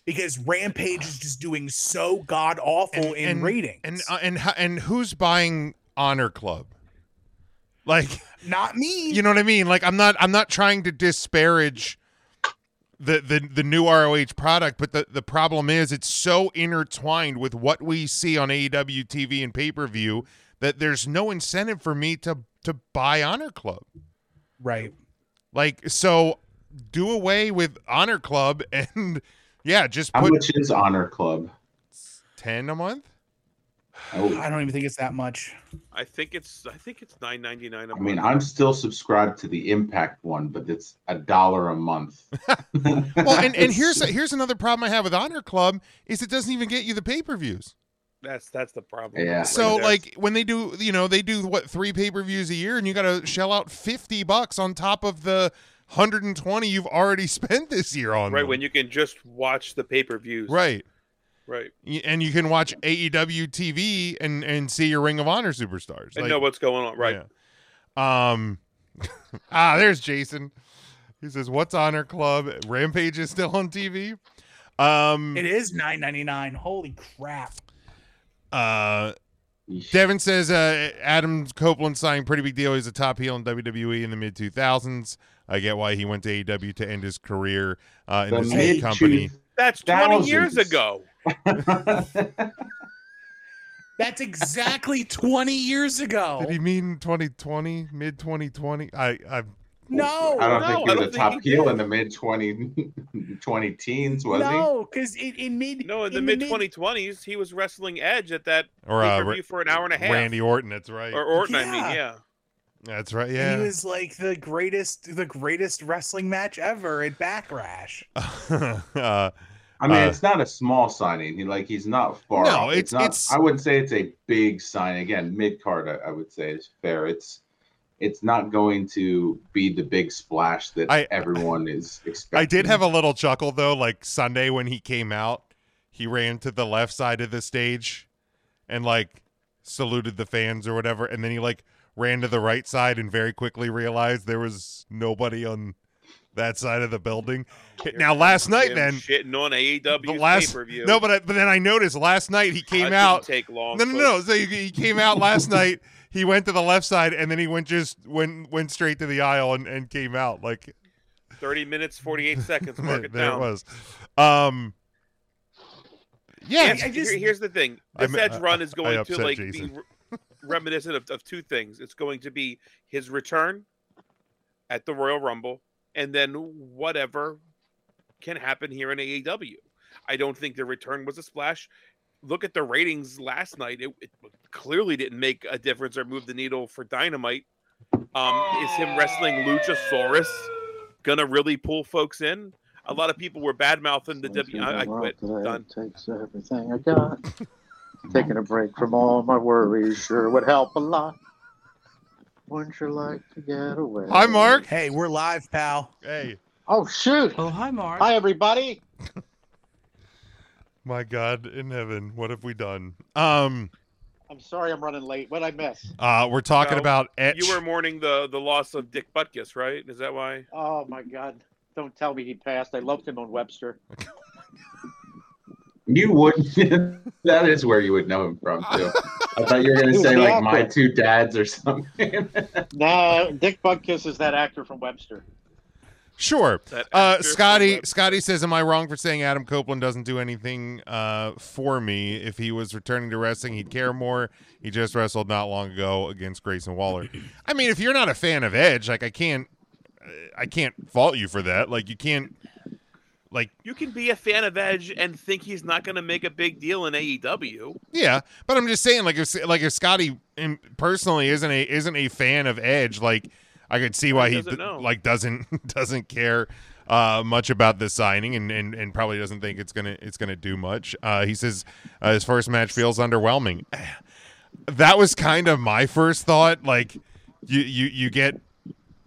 Speaker 9: because Rampage is just doing so god awful in
Speaker 7: and,
Speaker 9: ratings.
Speaker 7: And uh, and ho- and who's buying Honor Club? Like
Speaker 9: not me.
Speaker 7: You know what I mean? Like I'm not I'm not trying to disparage the the the new ROH product, but the the problem is it's so intertwined with what we see on E AEW TV and pay-per-view that there's no incentive for me to to buy Honor Club.
Speaker 9: Right.
Speaker 7: Like so do away with Honor Club (laughs) and yeah, just
Speaker 10: How
Speaker 7: put
Speaker 10: much is Honor Club?
Speaker 7: 10 a month?
Speaker 10: oh,
Speaker 9: I don't even think it's that much.
Speaker 8: I think it's I think it's nine ninety nine a
Speaker 10: I
Speaker 8: month.
Speaker 10: mean, I'm still subscribed to the Impact one, but it's a dollar
Speaker 9: (laughs)
Speaker 10: a month.
Speaker 7: well, and, and here's here's another problem I have with Honor Club is it doesn't even get you the pay per views.
Speaker 8: that's that's the problem.
Speaker 10: Yeah.
Speaker 7: So
Speaker 8: there.
Speaker 7: like when they do, you know, they do what three pay per views a year, and you got to shell out fifty bucks on top of the hundred and twenty you've already (laughs) spent this year on.
Speaker 8: right
Speaker 7: them.
Speaker 8: when you can just watch the pay per views.
Speaker 7: right,
Speaker 8: Right.
Speaker 7: Y- and you can watch E AEW TV and and see your Ring of Honor superstars.
Speaker 8: And
Speaker 7: Like,
Speaker 8: know what's going on. Right.
Speaker 7: yeah. Um. (laughs) ah, there's Jason. He says, "What's Honor Club? Rampage is still on TV." Um.
Speaker 9: It is nine ninety nine. Holy crap!
Speaker 7: Uh, Devin says uh, Adam Copeland signed pretty big deal. He's a top heel in WWE in the mid 2000s. I get why he went to AEW to end his career uh, in
Speaker 8: The
Speaker 7: this new
Speaker 8: mid-
Speaker 7: company.
Speaker 8: That's 20 years
Speaker 7: Thousands.
Speaker 8: ago.
Speaker 9: That's (laughs) exactly 20 years ago.
Speaker 7: Did he mean 2020, mid 2020? I, I
Speaker 9: No, no,
Speaker 10: I don't think
Speaker 9: I
Speaker 10: he was
Speaker 9: don't
Speaker 10: a
Speaker 9: think
Speaker 10: top
Speaker 9: he
Speaker 10: heel
Speaker 9: did.
Speaker 10: in the mid 20, 20 teens, was he?
Speaker 9: no, because in, in mid
Speaker 8: No, in the mid 2020s, he was wrestling Edge at that
Speaker 7: Or, uh,
Speaker 8: pay-per-view for an hour and a half.
Speaker 7: Randy Orton, that's right.
Speaker 8: Or Orton, I
Speaker 9: Yeah.
Speaker 8: mean, yeah.
Speaker 7: That's right. Yeah.
Speaker 9: He was like the greatest, the greatest wrestling match ever at Backlash.
Speaker 10: I mean,
Speaker 7: (laughs) uh,
Speaker 10: it's not a small signing. He like he's not far.
Speaker 7: No,
Speaker 10: off.
Speaker 7: it's-
Speaker 10: not.
Speaker 7: it's-
Speaker 10: I wouldn't say it's a big sign. Again, mid card. I, I would say is fair. It's it's not going to be the big splash that
Speaker 7: I-
Speaker 10: everyone is expecting.
Speaker 7: (laughs) I did have a little chuckle though. Like Sunday when he came out, he ran to the left side of the stage and like saluted the fans or whatever, and then he like ran to the right side and very quickly realized there was nobody on that side of the building. Now last night,
Speaker 8: Him
Speaker 7: then
Speaker 8: shitting on
Speaker 7: the
Speaker 8: AEW
Speaker 7: last
Speaker 8: pay-per-view.
Speaker 7: no, but I, but then I noticed last night he
Speaker 8: That
Speaker 7: came
Speaker 8: didn't
Speaker 7: out.
Speaker 8: Take long.
Speaker 7: No, no, no. So he, he came out last (laughs) night. He went to the left side, and then he went just went went straight to the aisle and, and came out like
Speaker 8: 30 minutes, 48
Speaker 7: (laughs)
Speaker 8: seconds. Mark it
Speaker 7: there
Speaker 8: down.
Speaker 7: it was. Um, yeah,
Speaker 8: Yes, here- here's the thing.
Speaker 7: I
Speaker 8: This
Speaker 7: mean,
Speaker 8: Edge
Speaker 7: I-
Speaker 8: run is
Speaker 7: I
Speaker 8: going to
Speaker 7: upset
Speaker 8: like
Speaker 7: Jason.
Speaker 8: be re- reminiscent of, of two things. It's going to be his return at the Royal Rumble, and then whatever can happen here in AEW. I don't think the return was a splash. Look at the ratings last night. It, it clearly didn't make a difference or move the needle for Dynamite. Um, is him wrestling Luchasaurus gonna really pull folks in? A lot of people were bad mouthing the W. I, I quit. Done.
Speaker 6: Takes everything I
Speaker 7: (laughs)
Speaker 6: got. Taking a break from all my worries sure would help a lot. Wouldn't you like to get away?
Speaker 7: Hi, Mark.
Speaker 9: Hey, we're live, pal.
Speaker 7: Hey,
Speaker 6: Oh shoot!
Speaker 12: Oh, hi, Mark.
Speaker 6: Hi, everybody.
Speaker 7: my God in heaven, what have we done? Um,
Speaker 6: I'm sorry I'm running late. What I miss?
Speaker 7: uh, we're talking
Speaker 8: No,
Speaker 7: about etch.
Speaker 8: You were mourning the the loss of Dick Butkus, right? Is that why?
Speaker 6: Oh my God! Don't tell me he passed. I loved him on Webster.
Speaker 10: You would. (laughs) that is where you would know him from
Speaker 9: (laughs)
Speaker 10: too. I thought you were going to say like my two dads or something.
Speaker 6: No, Dick Butkus is that actor from Webster.
Speaker 7: Sure.
Speaker 6: That
Speaker 7: Uh,
Speaker 6: actor from
Speaker 7: Scotty Scotty says, "Am I wrong for saying Adam Copeland doesn't do anything uh, for me? If he was returning to wrestling, he'd care more. He just wrestled not long ago against Grayson Waller. I mean, if you're not a fan of Edge, like I can't, I can't fault you for that. Like you can't, like
Speaker 8: You can be a fan of Edge and think he's not going to make a E big deal in AEW.
Speaker 7: Yeah, but I'm just saying, like if like if Scotty in- personally isn't a isn't a fan of Edge, like I could see why he
Speaker 8: doesn't
Speaker 7: d-
Speaker 8: know.
Speaker 7: like doesn't (laughs) doesn't care uh, much about the signing, and, and and probably doesn't think it's gonna it's gonna do much. Uh, he says uh, his first match feels underwhelming. (sighs) That was kind of my first thought. Like you you you get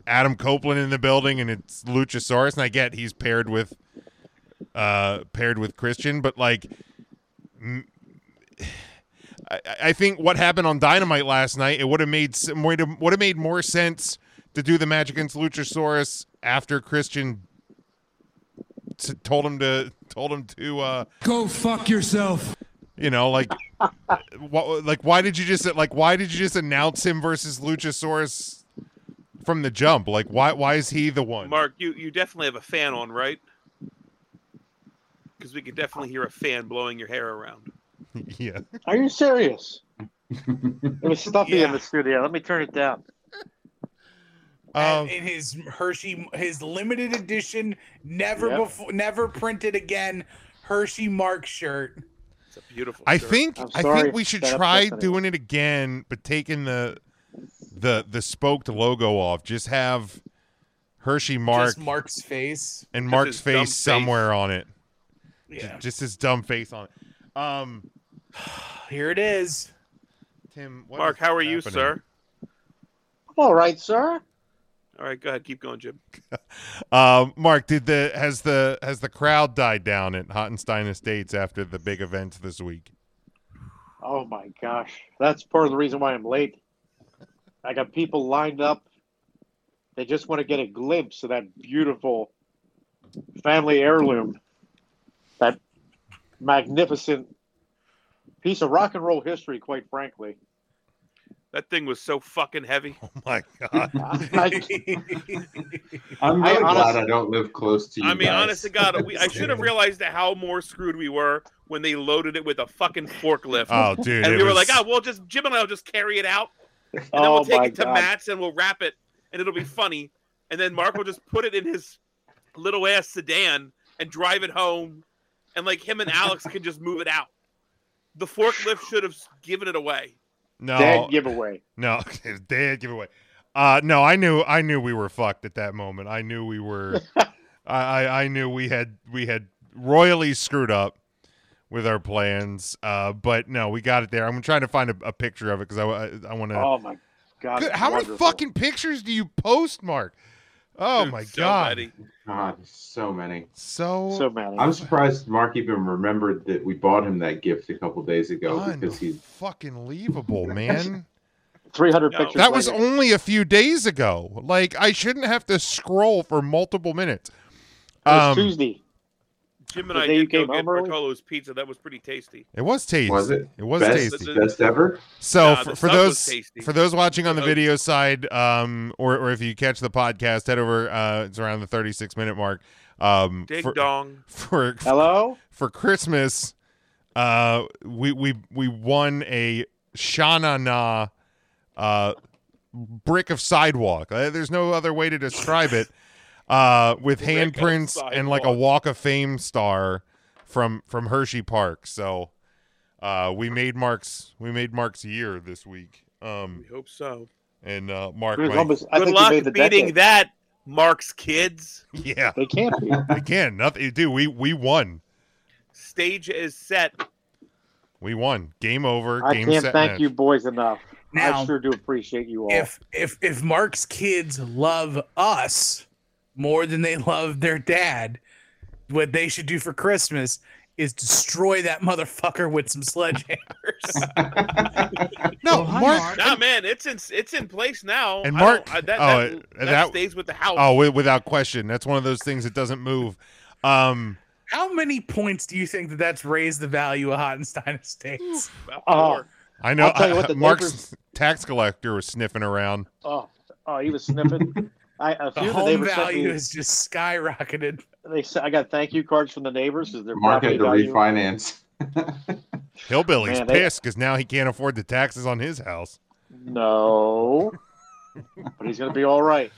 Speaker 7: Adam Copeland in the building, and it's Luchasaurus, and I get he's paired with uh paired with Christian, but like. m- I, I think what happened on Dynamite last night, it would have made would have would have made more sense to do the match against Luchasaurus after Christian s- told him to told him to uh
Speaker 11: Go fuck yourself.
Speaker 7: you know like what like why did you just like why did you just announce him versus Luchasaurus from the jump like why why is he the one
Speaker 8: Mark, you you definitely have a fan on, right? Because we could definitely hear a fan blowing your hair around.
Speaker 7: (laughs) yeah
Speaker 6: Are you serious?
Speaker 10: (laughs)
Speaker 6: it was stuffy in the studio. Let me turn it down.
Speaker 7: Um,
Speaker 9: And in his Hershey, his limited edition, never
Speaker 6: Yep.
Speaker 9: before, never printed again, Hershey Mark shirt.
Speaker 8: It's a beautiful.
Speaker 7: I
Speaker 8: shirt.
Speaker 7: think I think we should try doing it again, but taking the the the spoked logo off. Just have Hershey Mark
Speaker 9: Just Mark's face
Speaker 7: and
Speaker 9: Just
Speaker 7: Mark's
Speaker 9: his dumb
Speaker 7: face somewhere on it. J-
Speaker 9: Yeah.
Speaker 7: Just his dumb face on it. Um
Speaker 9: Here it is.
Speaker 7: Tim,
Speaker 8: Mark, how are you, sir?
Speaker 6: All right, sir.
Speaker 8: All right, go ahead, keep going, Jim.
Speaker 7: Um Mark, did the has the has the crowd died down at Hottenstein Estates after the big events this week? (laughs)
Speaker 6: Oh my gosh, that's part of the reason why I'm late. I got people lined up. They just want to get a glimpse of that beautiful family heirloom, that magnificent piece of rock and roll history, quite frankly.
Speaker 8: That thing was so fucking heavy. Oh
Speaker 7: my god!
Speaker 6: (laughs)
Speaker 10: I'm
Speaker 8: I
Speaker 10: really glad
Speaker 8: honestly-
Speaker 10: I don't live close to you.
Speaker 8: I mean,
Speaker 10: guys.
Speaker 8: honest to God,
Speaker 7: (laughs)
Speaker 8: we, I should have realized how more screwed we were when they loaded it with a fucking forklift.
Speaker 7: Oh, dude,
Speaker 8: And
Speaker 7: it
Speaker 8: we were
Speaker 7: was-
Speaker 8: like, oh, we'll just, Jim and I will just carry it out. And then
Speaker 6: Oh
Speaker 8: we'll take
Speaker 6: my
Speaker 8: it to
Speaker 6: God.
Speaker 8: Matt's and we'll wrap it and it'll be funny. And then Mark will just put it in his little ass sedan and drive it home. And like him and Alex can just move it out. The forklift should have given it away.
Speaker 7: No,
Speaker 6: Dead giveaway.
Speaker 7: No, (laughs) dead giveaway. Uh, no, I knew, I knew we were fucked at that moment. I knew
Speaker 6: (laughs)
Speaker 7: we were. I, I, I knew we had, we had royally screwed up with our plans. Uh, but no, we got it there. I'm trying to find a, a picture of it because I, I, want to.
Speaker 6: Oh my god!
Speaker 7: Good-
Speaker 6: it's
Speaker 7: How many
Speaker 6: wonderful.
Speaker 7: fucking pictures do you post, Mark? Oh
Speaker 8: Dude,
Speaker 7: my
Speaker 8: so
Speaker 7: god,
Speaker 8: many.
Speaker 10: God, so many.
Speaker 7: so,
Speaker 6: So many.
Speaker 10: I'm surprised Mark even remembered that we bought him that gift a couple days ago because he's
Speaker 6: (laughs)
Speaker 7: fucking believable, man.
Speaker 6: Three hundred
Speaker 8: No.
Speaker 6: pictures.
Speaker 7: that was
Speaker 6: later.
Speaker 7: only a few days ago. Like I shouldn't have to scroll for multiple minutes.
Speaker 6: It was
Speaker 7: Um,
Speaker 6: Tuesday.
Speaker 8: Jim and
Speaker 6: The
Speaker 8: I
Speaker 6: day you
Speaker 8: did go
Speaker 6: came
Speaker 8: get
Speaker 6: home early?
Speaker 8: Bartolo's pizza. That was pretty tasty.
Speaker 7: it was tasty.
Speaker 10: was it
Speaker 7: It was
Speaker 10: best,
Speaker 7: tasty.
Speaker 10: best ever.
Speaker 7: So
Speaker 8: Nah,
Speaker 7: for,
Speaker 8: the
Speaker 7: for
Speaker 8: sub was
Speaker 7: those
Speaker 8: tasty.
Speaker 7: for those watching on the
Speaker 8: Oh.
Speaker 7: video side, um, or or if you catch the podcast, head over. Uh, it's around the 36 minute mark. Um,
Speaker 8: Dig
Speaker 7: for,
Speaker 8: dong.
Speaker 7: (laughs) for
Speaker 6: Hello.
Speaker 7: for Christmas, uh, we we we won a Shana Na uh, brick of sidewalk. Uh, there's no other way to describe it. Uh, with
Speaker 8: Brick of
Speaker 7: handprints and like a
Speaker 8: sidewalk.
Speaker 7: Walk of Fame star from from Hershey Park. So uh, we made Mark's we made Mark's year this week. Um,
Speaker 8: We hope so.
Speaker 7: and uh, Mark,
Speaker 6: It was
Speaker 7: might-
Speaker 6: almost- I
Speaker 8: Good
Speaker 6: think you
Speaker 8: luck
Speaker 6: made the
Speaker 8: beating
Speaker 6: decade.
Speaker 8: that, Mark's kids.
Speaker 7: (laughs) yeah,
Speaker 6: They can't
Speaker 7: (laughs)
Speaker 6: be.
Speaker 7: again, nothing, dude. We we won.
Speaker 8: Stage is set.
Speaker 7: We won. Game over.
Speaker 6: I
Speaker 7: game
Speaker 6: can't
Speaker 7: set,
Speaker 6: thank
Speaker 7: match.
Speaker 6: you boys enough.
Speaker 9: Now-
Speaker 6: I sure do appreciate you all.
Speaker 9: if if if Mark's kids love us more than they love their dad, what they should do for Christmas is destroy that motherfucker with some
Speaker 10: (laughs)
Speaker 9: sledgehammers.
Speaker 7: No, Mark.
Speaker 8: Nah, man, it's in it's in place now.
Speaker 7: And
Speaker 8: I don't-
Speaker 7: Mark-
Speaker 8: I- that,
Speaker 7: oh,
Speaker 8: that,
Speaker 7: uh,
Speaker 8: that
Speaker 7: that-
Speaker 8: stays with the house.
Speaker 7: Oh, wi- without question, that's one of those things that doesn't move. Um,
Speaker 9: How many points do you think that that's raised the value of Hottenstein Estates?
Speaker 8: About
Speaker 6: Oh.
Speaker 8: four.
Speaker 7: I know.
Speaker 6: I'll tell you
Speaker 7: (laughs)
Speaker 6: what, the
Speaker 7: Mark's
Speaker 6: neighbors-
Speaker 7: tax collector was sniffing around.
Speaker 6: Oh, oh, he was
Speaker 8: (laughs)
Speaker 6: sniffing. I, a few
Speaker 9: The
Speaker 6: of the
Speaker 9: home
Speaker 6: neighbors sent
Speaker 9: value
Speaker 6: me.
Speaker 9: is just skyrocketed.
Speaker 6: They said I got thank you cards from the neighbors. Is their
Speaker 10: Mark
Speaker 6: property
Speaker 10: had to
Speaker 6: value?
Speaker 10: refinance.
Speaker 7: Hillbilly's
Speaker 6: Man, they-
Speaker 7: pissed because now he can't afford the taxes on his house. (laughs)
Speaker 6: No, but he's gonna be all right.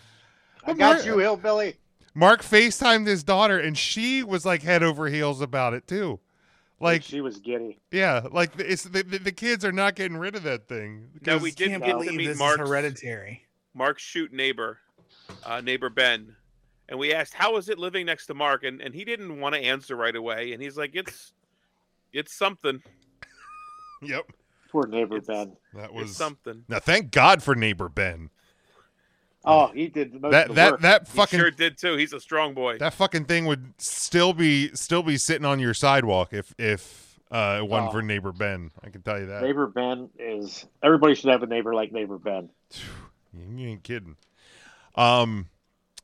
Speaker 6: I
Speaker 7: But
Speaker 6: got
Speaker 7: Mark-
Speaker 6: you, hillbilly.
Speaker 7: Mark FaceTimed his daughter, and she was like head over heels about it too. Like,
Speaker 6: she was giddy.
Speaker 7: yeah, like it's the, the, the kids are not getting rid of that thing.
Speaker 8: No,
Speaker 7: 'Cause-
Speaker 8: we did
Speaker 9: Can't
Speaker 8: get to
Speaker 9: believe
Speaker 8: meet
Speaker 9: this
Speaker 8: Mark's,
Speaker 9: is hereditary.
Speaker 8: Mark's shoot neighbor, uh, neighbor Ben, and we asked how is it living next to Mark, and, and he didn't want to answer right away, and he's like, it's it's something,
Speaker 7: Yep,
Speaker 6: Poor neighbor
Speaker 8: It's-
Speaker 6: Ben.
Speaker 7: that
Speaker 8: it's
Speaker 7: was.
Speaker 8: something.
Speaker 7: Now, thank God for neighbor Ben.
Speaker 6: Oh, he did the most of
Speaker 7: That
Speaker 6: the
Speaker 7: that
Speaker 6: work.
Speaker 7: that
Speaker 8: He
Speaker 7: fucking
Speaker 8: sure did too. He's a strong boy.
Speaker 7: That fucking thing would still be still be sitting on your sidewalk if if uh, it wasn't
Speaker 6: Oh.
Speaker 7: for neighbor Ben. I can tell you that.
Speaker 6: Neighbor Ben is everybody should have a neighbor like neighbor Ben.
Speaker 7: You ain't kidding. Um,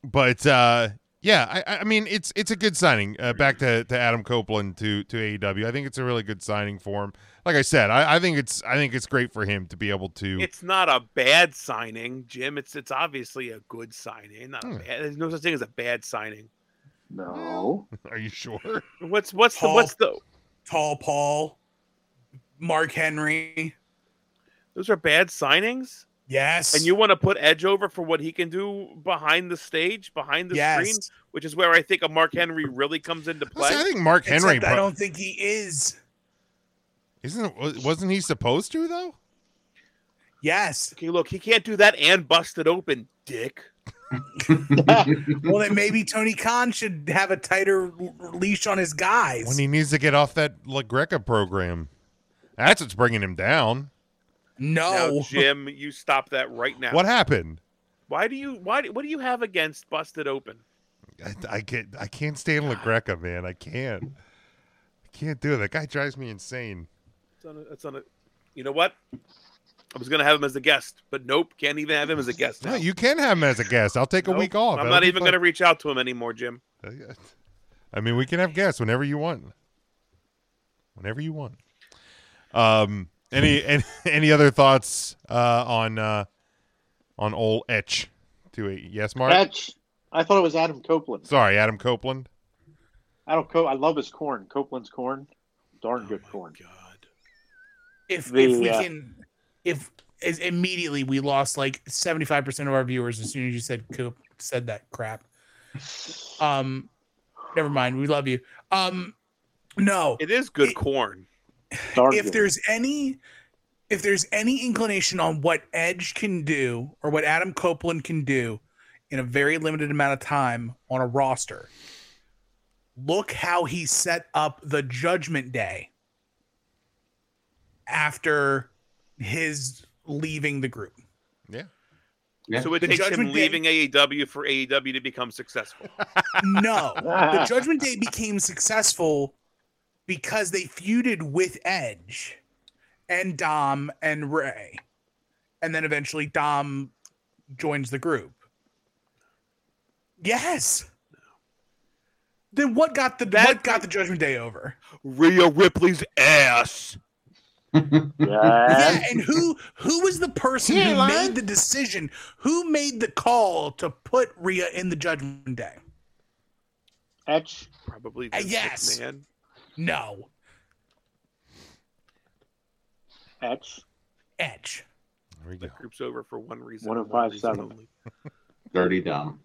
Speaker 7: but uh, yeah, I- I, I mean it's it's a good signing. Uh, back to, to Adam Copeland to to AEW. I think it's a really good signing for him. Like I said, I, I think it's I think it's great for him to be able to.
Speaker 8: It's not a bad signing, Jim. It's it's obviously a good signing. Not a
Speaker 7: Hmm.
Speaker 8: bad. There's no such thing as a bad signing.
Speaker 6: No,
Speaker 7: (laughs) Are you sure?
Speaker 8: What's what's the
Speaker 9: Paul.
Speaker 8: what's the
Speaker 9: Tall Paul, Mark Henry.
Speaker 8: those are bad signings?
Speaker 9: Yes.
Speaker 8: And you want to put Edge over for what he can do behind the stage, behind the
Speaker 9: yes.
Speaker 8: screen, which is where I think a Mark Henry really comes into play.
Speaker 7: Listen, I think Mark Henry.
Speaker 9: Except I
Speaker 7: pro-
Speaker 9: don't think he is.
Speaker 7: isn't wa- wasn't he supposed to though?
Speaker 9: Yes.
Speaker 8: Okay, look, he can't do that and bust it open, dick.
Speaker 9: Well, then maybe Tony Khan should have a tighter l- leash on his guys.
Speaker 7: When he needs to get off that La Greca program, that's what's bringing him down.
Speaker 9: no.
Speaker 7: (laughs)
Speaker 8: Now, Jim, you stop that right now.
Speaker 7: Oh. What happened?
Speaker 8: Why do you why do- what do you have against busted open?
Speaker 7: I, I get I can't stand La Greca, man. I can't. I can't do it. That guy drives me insane.
Speaker 8: It's on a, it's on a, you know what? I was gonna have him as a guest, but nope, can't even have him as a guest.
Speaker 7: No,
Speaker 8: now.
Speaker 7: you can have him as a guest. I'll take a
Speaker 8: Nope.
Speaker 7: week off.
Speaker 8: I'm
Speaker 7: That'll
Speaker 8: not
Speaker 7: be
Speaker 8: even
Speaker 7: fun.
Speaker 8: gonna reach out to him anymore, Jim.
Speaker 7: I mean, we can have guests whenever you want. Whenever you want. Um, (laughs) any, any any other thoughts uh, on uh, on old Etch? To a yes, Mark.
Speaker 6: Etch. I thought it was Adam Copeland.
Speaker 7: Sorry, Adam Copeland.
Speaker 6: Adam Co- I love his corn. Copeland's corn, darn good
Speaker 7: Oh
Speaker 6: corn.
Speaker 9: If
Speaker 6: The,
Speaker 9: if we
Speaker 6: uh,
Speaker 9: can, if is immediately we lost like seventy five percent of our viewers as soon as you said Coop said that crap. Um, never mind. We love you. Um, no,
Speaker 8: It is good corn.
Speaker 6: Darn
Speaker 9: if
Speaker 6: good.
Speaker 9: there's any if there's any inclination on what Edge can do or what Adam Copeland can do in a very limited amount of time on a roster, look how he set up the judgment day after his leaving the group.
Speaker 7: Yeah.
Speaker 10: Yeah.
Speaker 8: So it
Speaker 9: The
Speaker 8: takes him
Speaker 9: Judgment Day-
Speaker 8: leaving AEW for AEW to
Speaker 7: (laughs)
Speaker 8: become successful.
Speaker 9: No, the Judgment Day became successful because they feuded with Edge and Dom and Ray, and then eventually Dom joins the group. Yes. Then what got the what got the Judgment Day over?
Speaker 8: Rhea Ripley's ass.
Speaker 9: Yeah, (laughs)
Speaker 6: Yes.
Speaker 9: and who who was the person
Speaker 7: He
Speaker 9: who
Speaker 7: ain't lying.
Speaker 9: made the decision? Who made the call to put Rhea in the Judgment Day?
Speaker 6: Etch.
Speaker 8: Probably
Speaker 9: Uh,
Speaker 8: Vince
Speaker 9: yes.
Speaker 8: McMahon.
Speaker 9: No,
Speaker 6: Etch.
Speaker 9: Edge.
Speaker 7: There we go.
Speaker 8: The group's over for one reason.
Speaker 6: One of
Speaker 8: and
Speaker 6: five,
Speaker 8: reason
Speaker 6: seven.
Speaker 8: only.
Speaker 10: Dirty Dom.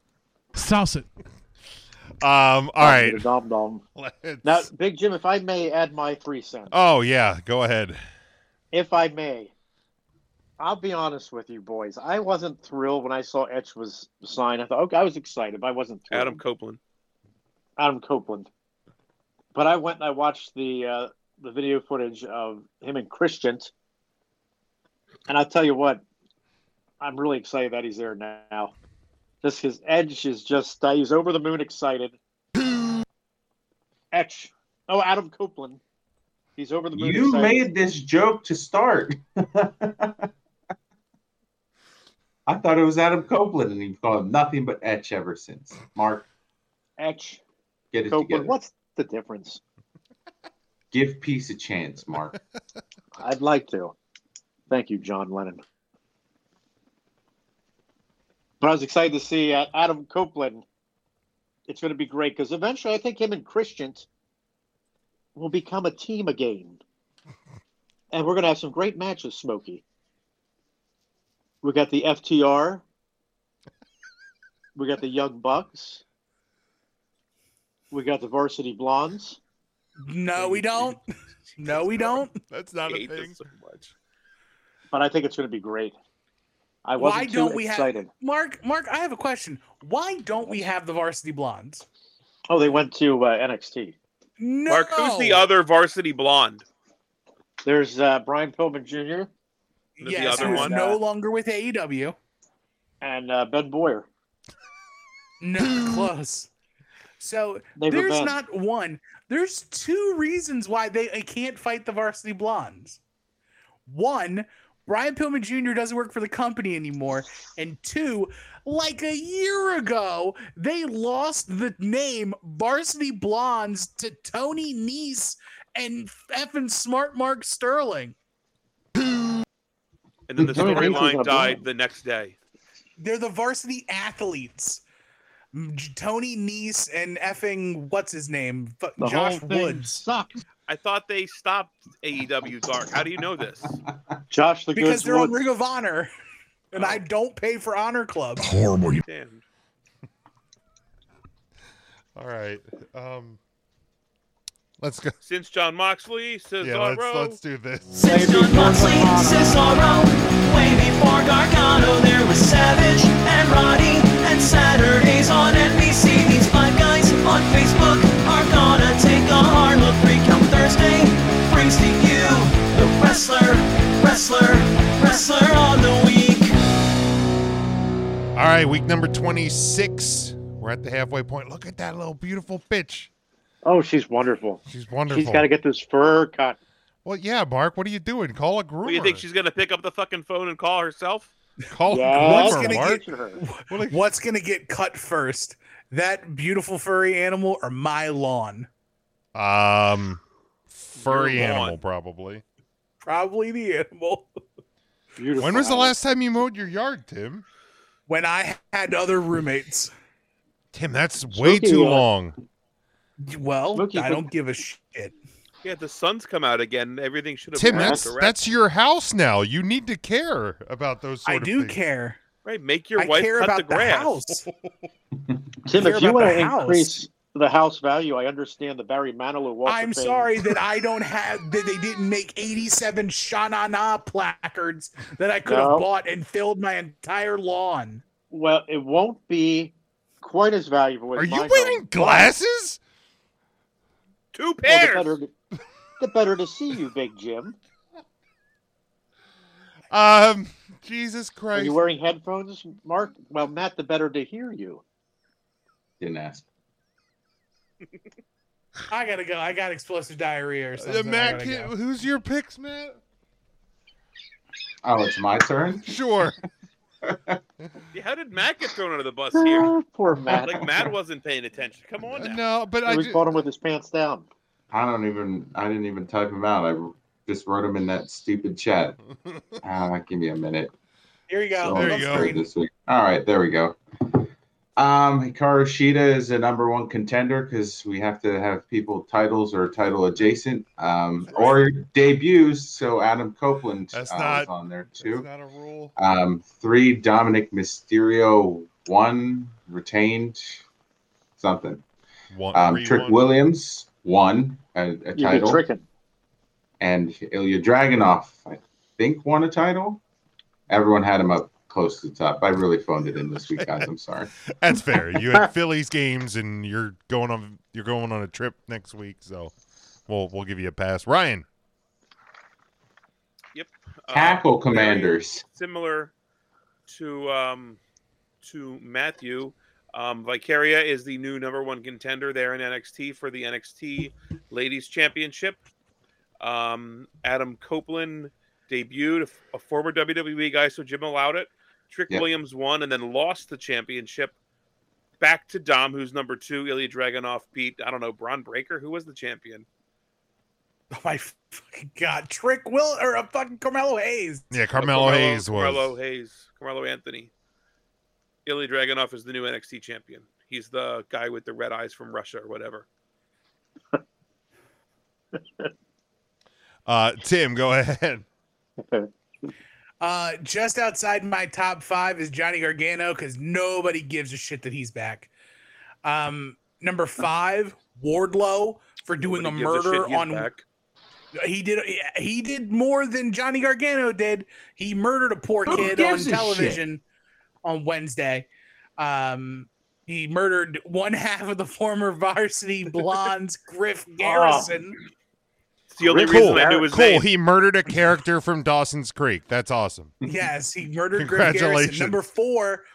Speaker 11: Sauce it.
Speaker 7: Um, all right.
Speaker 6: Dom dom.
Speaker 7: Let's-
Speaker 6: Now, Big Jim, if I may add my three cents.
Speaker 7: oh yeah, go ahead.
Speaker 6: if I may, I'll be honest with you, boys. I wasn't thrilled when I saw Etch was signed. I thought, okay, I was excited, but I wasn't thrilled.
Speaker 8: Adam Copeland.
Speaker 6: Adam Copeland. But I went and I watched the uh, the video footage of him and Christian, and I'll tell you what, I'm really excited that he's there now. Just his edge is just uh, he's over the moon excited. Etch, oh Adam Copeland, he's over the moon.
Speaker 10: You
Speaker 6: excited.
Speaker 10: made this joke to start. (laughs) I thought it was Adam Copeland, and you've called him nothing but Etch ever since. Mark,
Speaker 6: Etch
Speaker 10: get it
Speaker 6: Copeland.
Speaker 10: together.
Speaker 6: What's the difference?
Speaker 10: (laughs) Give peace a chance, Mark.
Speaker 6: I'd like to. Thank you, John Lennon. But I was excited to see uh, Adam Copeland. It's going to be great because eventually I think him and Christian will become a
Speaker 10: (laughs)
Speaker 6: team again. And we're going to have some great matches, Smokey. We got the
Speaker 10: (laughs)
Speaker 6: FTR. We got the Young Bucks. We got the Varsity Blondes.
Speaker 9: No, we don't. No, we don't.
Speaker 7: That's not
Speaker 8: I
Speaker 7: a
Speaker 8: hate
Speaker 7: thing.
Speaker 8: this so much.
Speaker 6: But I think it's going to be great. I wasn't
Speaker 9: Why
Speaker 6: too
Speaker 9: don't we
Speaker 6: excited.
Speaker 9: have Mark? Mark, I have a question. Why don't we have the Varsity Blondes?
Speaker 6: Oh, they went to uh, NXT.
Speaker 9: No.
Speaker 8: Mark, who's the other varsity blonde?
Speaker 6: There's uh, Brian Pillman Jr.
Speaker 8: The
Speaker 9: Yes,
Speaker 8: other
Speaker 9: who's
Speaker 8: one?
Speaker 9: no longer with E AEW.
Speaker 6: and uh, Ben Boyer.
Speaker 8: (gasps)
Speaker 9: No, close. So
Speaker 6: They've
Speaker 9: there's
Speaker 6: been-
Speaker 9: not one. There's two reasons why they I can't fight the Varsity Blondes. One, Brian Pillman Jr. doesn't work for the company anymore, and two, like a year ago, they lost the name Varsity Blondes to Tony Nese and effing Smart Mark Sterling.
Speaker 8: And then the
Speaker 6: Tony Nese is a
Speaker 8: storyline
Speaker 6: blonde.
Speaker 8: died the next day.
Speaker 9: They're the Varsity Athletes. J- Tony Nese and effing what's his name? F-
Speaker 6: The
Speaker 9: Josh
Speaker 6: whole thing
Speaker 9: Woods.
Speaker 6: sucked.
Speaker 8: I thought they stopped AEW Dark. How do you know
Speaker 7: (laughs)
Speaker 8: this?
Speaker 6: Josh the
Speaker 9: because
Speaker 6: Good
Speaker 9: they're on
Speaker 6: Woods. Oh.
Speaker 9: Ring of Honor, (laughs) and I don't pay for Honor
Speaker 6: (laughs)
Speaker 9: Club.
Speaker 8: Damn.
Speaker 7: All right. Um, let's go.
Speaker 8: Since John Moxley, Cesaro.
Speaker 7: Yeah, let's let's do this.
Speaker 12: Since John Moxley, Cesaro, way before Gargano, there was Savage and Roddy, and Saturdays on NBC. These five guys on Facebook are gonna take a hard look. Recount Thursday brings to you the wrestler, wrestler, wrestler on the week.
Speaker 7: All right, week number twenty-six. We're at the halfway point. Look at that little beautiful bitch.
Speaker 6: Oh, she's wonderful.
Speaker 7: She's wonderful.
Speaker 6: She's got to get this fur cut.
Speaker 7: Well, yeah, Mark. What are you doing? Call a groomer.
Speaker 8: What do you think she's gonna pick up the fucking phone and call herself?
Speaker 7: Call
Speaker 6: Yes.
Speaker 7: a groomer,
Speaker 9: Oh, gonna
Speaker 7: Mark.
Speaker 9: get-
Speaker 6: Her.
Speaker 7: What a-
Speaker 9: What's gonna get cut first? That beautiful furry animal or my lawn?
Speaker 7: Um, furry
Speaker 8: You're
Speaker 7: animal,
Speaker 8: on.
Speaker 7: probably.
Speaker 9: probably the animal. (laughs)
Speaker 7: When was the last time you mowed your yard, Tim?
Speaker 9: When I had other roommates.
Speaker 7: Tim, that's way too long.
Speaker 9: Well,
Speaker 8: Smokey,
Speaker 9: I
Speaker 8: but-
Speaker 9: don't give a shit.
Speaker 8: Yeah, the sun's come out again. Everything should have.
Speaker 7: Tim,
Speaker 8: been
Speaker 7: that's
Speaker 8: correct.
Speaker 7: that's your house now. You need to care about those. Sort
Speaker 8: I
Speaker 7: of
Speaker 8: do
Speaker 7: things.
Speaker 9: care.
Speaker 8: Right, make your
Speaker 9: I
Speaker 8: wife
Speaker 9: care
Speaker 8: cut
Speaker 9: about
Speaker 8: the
Speaker 9: the
Speaker 8: grass. (laughs)
Speaker 9: house.
Speaker 6: Tim,
Speaker 9: care
Speaker 6: if you
Speaker 9: about
Speaker 6: want
Speaker 9: the
Speaker 6: to
Speaker 9: house.
Speaker 6: increase the house value, I understand the Barry Manilow walk. of
Speaker 9: I'm
Speaker 6: Fame.
Speaker 9: sorry that I don't have that they didn't make 87 Shanana placards that I could have
Speaker 6: No.
Speaker 9: bought and filled my entire lawn.
Speaker 6: Well, it won't be quite as valuable. As
Speaker 9: Are you
Speaker 6: mine
Speaker 9: wearing
Speaker 6: are.
Speaker 9: glasses?
Speaker 8: Two
Speaker 6: Well, the, better to, the better to see you, Big Jim.
Speaker 7: Um, Jesus Christ.
Speaker 6: Are you wearing headphones, Mark? Well, Matt, the better to hear you.
Speaker 10: Didn't ask.
Speaker 9: I gotta go. I got explosive diarrhea or something.
Speaker 7: Uh,
Speaker 9: I
Speaker 7: Matt,
Speaker 9: gotta
Speaker 7: can-
Speaker 9: go.
Speaker 7: who's your picks, Matt? (laughs)
Speaker 10: Oh, it's my turn.
Speaker 7: Sure.
Speaker 8: Yeah, How did Matt get thrown under the bus here?
Speaker 6: (laughs) Poor Matt.
Speaker 8: Like Matt wasn't paying attention. Come on now.
Speaker 7: No, but
Speaker 6: I was caught him with his pants down.
Speaker 10: I don't even. I didn't even type him out. I just wrote him in that stupid chat. Ah, give me a minute.
Speaker 9: Here you go.
Speaker 10: So
Speaker 9: There
Speaker 10: I'm
Speaker 9: you
Speaker 10: sorry
Speaker 9: go.
Speaker 10: this week. All right, there we go. Um, Hikaru Shida is the number one contender because we have to have people titles or title adjacent um, or debuts. So Adam Copeland
Speaker 7: That's
Speaker 10: uh,
Speaker 7: not-
Speaker 10: was on there too.
Speaker 7: Not a rule.
Speaker 10: Um, three Dominic Mysterio, one retained something.
Speaker 7: One,
Speaker 10: Um,
Speaker 7: three,
Speaker 10: Trick
Speaker 7: one.
Speaker 10: Williams, one a, a
Speaker 6: You've been
Speaker 10: title,
Speaker 6: tricking.
Speaker 10: and Ilya Dragunov, I think, won a title. Everyone had him up close to the top. I really phoned it in this week, guys. I'm sorry.
Speaker 7: That's fair.
Speaker 6: (laughs)
Speaker 7: You had Phillies games, and you're going on you're going on a trip next week, so we'll we'll give you a pass. Ryan,
Speaker 8: Yep.
Speaker 10: Tackle
Speaker 8: very
Speaker 10: commanders.
Speaker 8: Similar to um, to Matthew, um, Vicaria is the new number one contender there in NXT for the NXT Ladies Championship. Um, Adam Copeland debuted, a f- a former WWE guy, so Jim allowed it. Trick
Speaker 10: Yep.
Speaker 8: Williams won and then lost the championship back to Dom, who's number two. Ilya Dragunov beat, I don't know, Braun Breaker. Who was the champion?
Speaker 9: (laughs) Oh my fucking god! Trick Will or a fucking Carmelo Hayes.
Speaker 7: yeah, Carmelo, Hayes was
Speaker 8: Carmelo Hayes, Carmelo Anthony. Ilya Dragunov is the new NXT champion. He's the guy with the red eyes from Russia or whatever.
Speaker 7: Uh, Tim, go ahead.
Speaker 9: Uh, just outside my top five is Johnny Gargano because nobody gives a shit that he's back. Um, number five, Wardlow for doing
Speaker 8: Nobody
Speaker 9: a
Speaker 8: gives
Speaker 9: murder
Speaker 8: shit he's
Speaker 9: on.
Speaker 8: back.
Speaker 9: He did. He did more than Johnny Gargano did. He murdered a poor
Speaker 12: Who
Speaker 9: kid on
Speaker 12: gives a shit?
Speaker 9: television on Wednesday. Um, he murdered one (laughs) half of the
Speaker 12: (laughs)
Speaker 9: former varsity blondes, Griff Garrison.
Speaker 8: It's (laughs) the only
Speaker 7: cool.
Speaker 8: reason I knew his
Speaker 7: cool.
Speaker 8: name.
Speaker 7: He murdered a character from Dawson's Creek. That's awesome.
Speaker 9: Yes, he murdered Griff Garrison.
Speaker 7: Congratulations.
Speaker 9: Number four,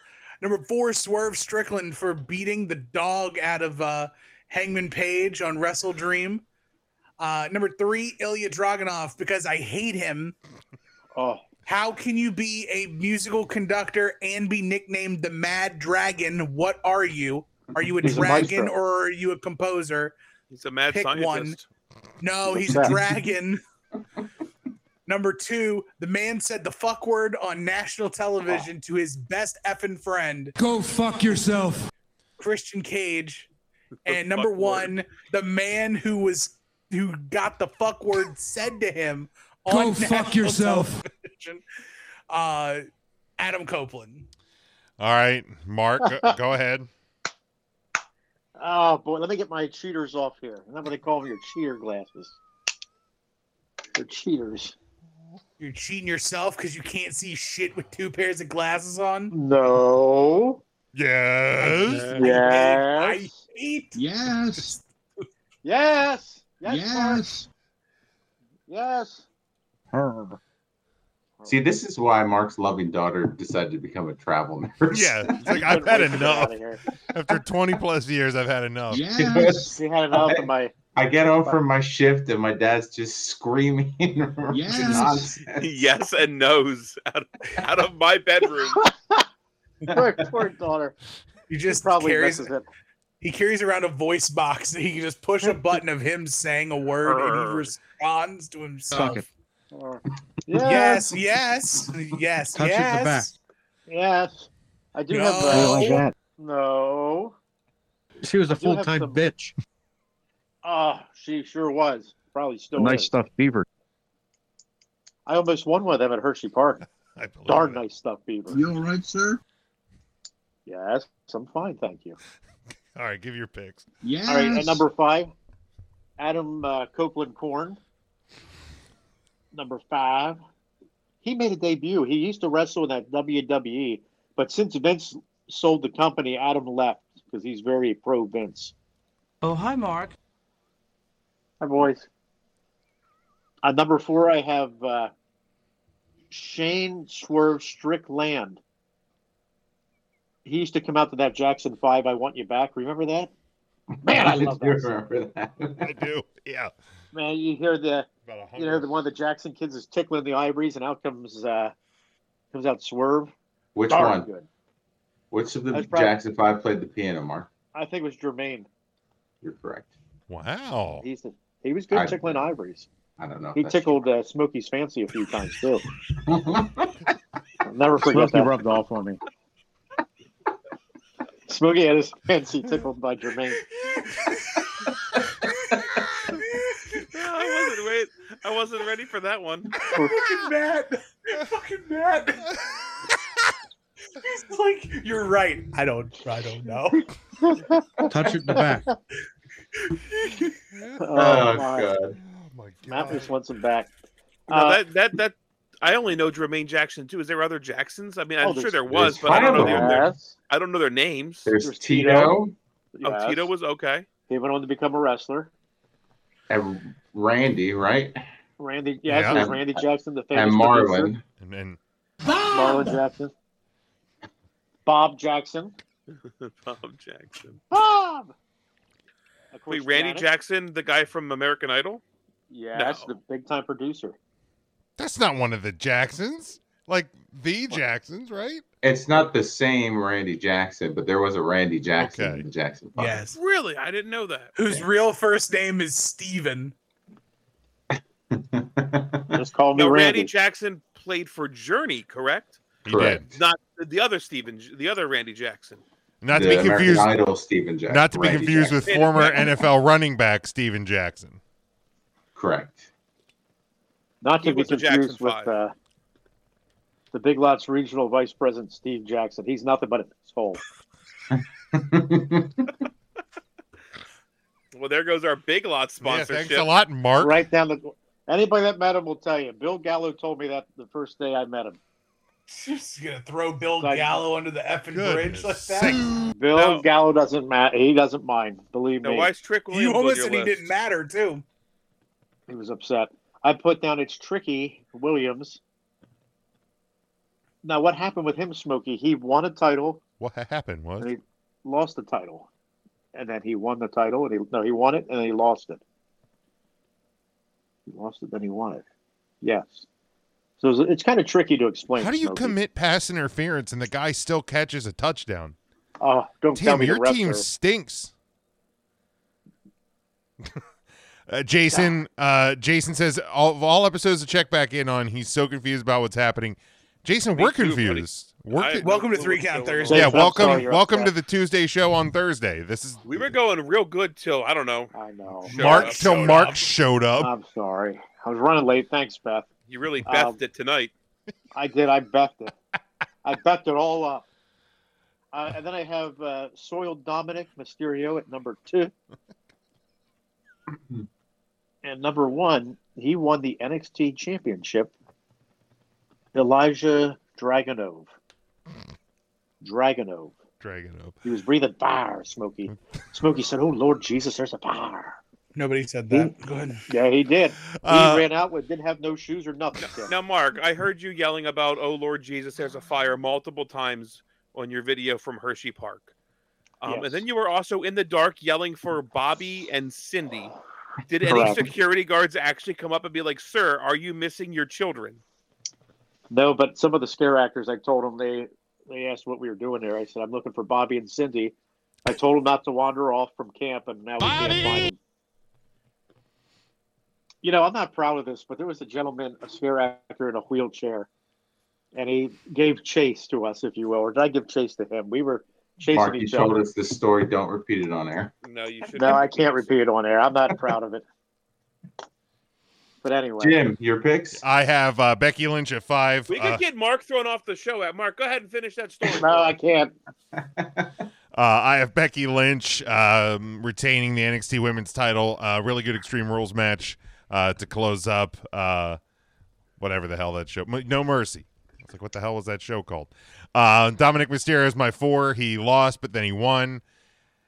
Speaker 9: number four, Swerve Strickland for beating the dog out of uh, Hangman Page on Wrestle Dream. Uh, number three, Ilya Dragunov because I hate him.
Speaker 6: Oh,
Speaker 9: How can you be a musical conductor and be nicknamed the Mad Dragon? What are you? Are you a
Speaker 6: He's a
Speaker 9: dragon
Speaker 6: maestro.
Speaker 9: or are you a composer?
Speaker 8: He's a mad
Speaker 9: Pick
Speaker 8: scientist.
Speaker 9: one. No, he's a
Speaker 6: Crap.
Speaker 9: dragon. (laughs) Number two, the man said the fuck word on national television to his best effing friend,
Speaker 11: Go fuck yourself.
Speaker 9: Christian Cage. And
Speaker 8: fuck
Speaker 9: number
Speaker 8: word.
Speaker 9: one, the man who was who got the fuck word said to him on
Speaker 11: Go fuck
Speaker 9: national
Speaker 11: yourself.
Speaker 9: television, uh, Adam Copeland.
Speaker 7: All right, Mark,
Speaker 6: (laughs)
Speaker 7: go, go ahead.
Speaker 6: oh boy, let me get my cheaters off here. I'm not going to call them your cheater glasses. They're cheaters.
Speaker 9: You're cheating yourself because you can't see shit with two pairs of glasses on.
Speaker 6: No.
Speaker 7: Yes.
Speaker 9: I
Speaker 6: Yes.
Speaker 9: hate
Speaker 13: Yes.
Speaker 6: Yes. Yes. Mark.
Speaker 13: Yes.
Speaker 6: Yes.
Speaker 13: Herb.
Speaker 10: See, this is why Mark's loving daughter decided to become a travel nurse.
Speaker 7: Yeah. It's like
Speaker 6: I
Speaker 7: I've
Speaker 6: couldn't wait
Speaker 7: had
Speaker 6: to get
Speaker 7: enough.
Speaker 6: outta here.
Speaker 7: After 20 plus years, I've had enough.
Speaker 13: Yes.
Speaker 6: We had enough of my.
Speaker 10: I get home from my shift and my dad's just screaming. (laughs)
Speaker 13: Yes.
Speaker 8: (laughs) yes and no's out of, out of my bedroom.
Speaker 6: (laughs)
Speaker 9: (laughs)
Speaker 6: Poor, poor daughter.
Speaker 9: You
Speaker 6: She
Speaker 9: just
Speaker 6: probably
Speaker 9: carries
Speaker 6: misses it.
Speaker 9: He carries around a voice
Speaker 8: (laughs)
Speaker 9: box that he can just push a button of him saying a word and he responds to himself.
Speaker 13: Suck it.
Speaker 6: Or,
Speaker 9: (laughs) Yes, yes, yes,
Speaker 6: Touch it in the
Speaker 9: yes.
Speaker 6: Yes. I do have
Speaker 9: No.
Speaker 6: uh,
Speaker 9: Like that.
Speaker 6: No.
Speaker 14: She was
Speaker 6: I
Speaker 14: a
Speaker 6: do have
Speaker 14: full time
Speaker 6: some-
Speaker 14: bitch.
Speaker 6: Oh, she sure was. Probably still
Speaker 14: Nice
Speaker 6: is.
Speaker 14: stuffed beaver.
Speaker 6: I almost won with them at Hershey Park. Darn nice stuff, Beaver.
Speaker 13: You all right, sir?
Speaker 6: Yes, I'm fine, thank you.
Speaker 7: All right, give your picks.
Speaker 6: All right, at number five, Adam uh, Copeland Corn. Number five, he made a debut. He used to wrestle in that WWE, but since Vince sold the company, Adam left because he's very pro Vince.
Speaker 12: Oh, hi, Mark.
Speaker 6: Hi, boys. At number four, I have uh, Shane Swerve Strickland. He used to come out to that Jackson Five. I want you back. Remember that? Man, I love that. song.
Speaker 7: I do. Yeah.
Speaker 6: Man, you hear the
Speaker 7: About a
Speaker 6: you know the one of the Jackson kids is tickling the ivories, and out comes uh, comes out Swerve.
Speaker 10: Which
Speaker 6: Darn
Speaker 10: one?
Speaker 6: Good.
Speaker 10: Which of the
Speaker 6: That's probably-
Speaker 10: Jackson Five played the piano, Mark?
Speaker 6: I think it was Jermaine.
Speaker 10: You're correct.
Speaker 7: Wow.
Speaker 6: He's the, he was good
Speaker 10: I-
Speaker 6: tickling ivories.
Speaker 10: I don't know. if
Speaker 6: He
Speaker 10: that's-
Speaker 6: tickled uh, Smokey's fancy a few times too.
Speaker 10: (laughs)
Speaker 6: I'll never forget
Speaker 14: Smokey
Speaker 6: that.
Speaker 14: rubbed off on me.
Speaker 6: Smokey had his fancy tickled by Jermaine.
Speaker 8: I wasn't wait. I wasn't ready for that one.
Speaker 9: Fucking Matt. Fucking Matt. He's like, you're right. I don't I don't know.
Speaker 14: Touch it in the back.
Speaker 6: Oh, my. Matt just wants him back.
Speaker 8: No,
Speaker 6: Uh,
Speaker 8: that that that I only know Jermaine Jackson too. Is there other Jacksons? I mean, I'm
Speaker 6: Oh,
Speaker 8: sure
Speaker 6: there's-
Speaker 8: there was,
Speaker 6: there's
Speaker 8: but I don't know
Speaker 6: five of
Speaker 8: their, their
Speaker 6: them.
Speaker 8: I don't know their names.
Speaker 10: There's There's Tito.
Speaker 8: Oh, Tito was okay. (laughs)
Speaker 6: He went on to become a wrestler.
Speaker 10: And Randy, right?
Speaker 6: Randy, yes, it was Randy Jackson, the famous
Speaker 10: and
Speaker 6: producer.
Speaker 10: Marlon.
Speaker 7: And then
Speaker 6: Marlon Jackson, Bob Jackson.
Speaker 8: Bob Jackson.
Speaker 6: Bob. Of course,
Speaker 8: Wait, Randy
Speaker 6: Janet.
Speaker 8: Jackson, the guy from American Idol.
Speaker 6: Yeah, that's the big time producer.
Speaker 7: That's not one of the Jacksons. Like the Jacksons, right?
Speaker 10: It's not the same Randy Jackson, but there was a Randy Jackson in the Jackson Five.
Speaker 9: Yes.
Speaker 8: Really? I didn't know that.
Speaker 9: Whose real first name is Steven.
Speaker 6: Just call
Speaker 8: No, Randy. Jackson played for Journey, correct?
Speaker 7: He Correct.
Speaker 8: Not the other Steven, the other Randy Jackson.
Speaker 7: Not to
Speaker 10: The
Speaker 7: be
Speaker 10: American
Speaker 7: confused.
Speaker 10: Idol Steven Jackson,
Speaker 7: Not to be
Speaker 10: Randy
Speaker 7: confused with
Speaker 8: Jackson.
Speaker 7: former NFL running back Steven Jackson.
Speaker 10: Correct.
Speaker 6: Not
Speaker 8: He
Speaker 6: to be
Speaker 8: was the
Speaker 6: confused
Speaker 8: Jackson
Speaker 6: with
Speaker 8: Five.
Speaker 6: uh, the Big Lots regional vice president Steve Jackson. He's nothing but a soul.
Speaker 8: Well, there goes our Big Lot sponsorship.
Speaker 7: Mark.
Speaker 6: Right down the. Anybody that met him will tell you. Bill Gallo told me that the first day I met him.
Speaker 9: Just gonna throw Bill Gallo under the effing bridge like that.
Speaker 6: Bill Gallo doesn't matter. He doesn't mind. Believe
Speaker 8: Now,
Speaker 6: me.
Speaker 8: why is Trick Williams
Speaker 9: You
Speaker 8: on
Speaker 9: almost
Speaker 8: your
Speaker 9: said he
Speaker 8: list?
Speaker 9: didn't matter too.
Speaker 6: He was upset. I put down it's tricky Williams. Now, what happened with him, Smokey? He won a title,
Speaker 7: What ha- happened was
Speaker 6: and he lost the title, and then he won the title, and he no, he won it, and then he lost it. He lost it, then he won it. Yes. So it's, it's kind of tricky to explain.
Speaker 7: how do you
Speaker 6: Smokey.
Speaker 7: commit pass interference and the guy still catches a touchdown?
Speaker 6: Oh, don't tell
Speaker 7: Tim,
Speaker 6: me the
Speaker 7: your
Speaker 6: refs
Speaker 7: team
Speaker 6: are-
Speaker 7: stinks. (laughs) uh, Jason, uh, Jason says all, of all episodes to check back in on. He's so confused about what's happening. Jason,
Speaker 9: Me
Speaker 7: we're
Speaker 9: too, buddy.
Speaker 7: confused. We're
Speaker 9: I
Speaker 7: con-
Speaker 9: have no Welcome to clue Three what's Count going on. Thursday.
Speaker 7: Yeah,
Speaker 9: Jason, I'm
Speaker 7: welcome,
Speaker 9: sorry you're
Speaker 7: welcome to
Speaker 9: upset.
Speaker 7: the Tuesday show on Thursday. This is
Speaker 8: We were going real good till I don't know.
Speaker 6: I know.
Speaker 7: Mark till Mark showed up.
Speaker 6: I'm sorry. I was running late. Thanks, Beth.
Speaker 8: You really bethed
Speaker 6: Um,
Speaker 8: it tonight.
Speaker 6: I did. I bet it. I bet it all up. Uh, and then I have uh, Soiled Dominic Mysterio at number two. and number one, he won the NXT Championship. Elijah Dragonov. Dragonov.
Speaker 7: Dragonov.
Speaker 6: He was breathing fire, Smokey. Smokey said, Oh, Lord Jesus, there's a fire.
Speaker 9: Nobody said that. Go ahead.
Speaker 6: Yeah, he did. He
Speaker 8: Uh,
Speaker 6: ran out with didn't have no shoes or nothing. Tim.
Speaker 8: Now, Mark, I heard you yelling about "Oh Lord Jesus, there's a fire" multiple times on your video from Hershey Park, um,
Speaker 6: Yes.
Speaker 8: and then you were also in the dark yelling for Bobby and Cindy. Did any
Speaker 6: Correct.
Speaker 8: security guards actually come up and be like, "Sir, are you missing your children?"
Speaker 6: No, but some of the scare actors, I told them they they asked what we were doing there. I said I'm looking for Bobby and Cindy. I told them not to wander off from camp, and now we can't find them. You know, I'm not proud of this, but there was a gentleman, a sphere actor in a wheelchair, and he gave chase to us, if you will, or did I give chase to him? We were chasing
Speaker 10: Mark, you
Speaker 6: each
Speaker 10: told
Speaker 6: other.
Speaker 10: us this story. Don't repeat it on air.
Speaker 8: No, you should.
Speaker 6: No, I can't repeat it on air. I'm not proud of it. But anyway,
Speaker 10: Jim, your picks?
Speaker 7: I have uh, Becky Lynch at five.
Speaker 8: We could
Speaker 7: uh,
Speaker 8: get Mark thrown off the show. At Mark, go ahead and finish that story.
Speaker 6: no, I can't.
Speaker 7: Uh, I have Becky Lynch um, retaining the NXT Women's Title. Uh, really good Extreme Rules match uh, to close up uh, whatever the hell that show. M- No Mercy. I was like, what the hell was that show called? Uh, Dominic Mysterio is my four. He lost, but then he won.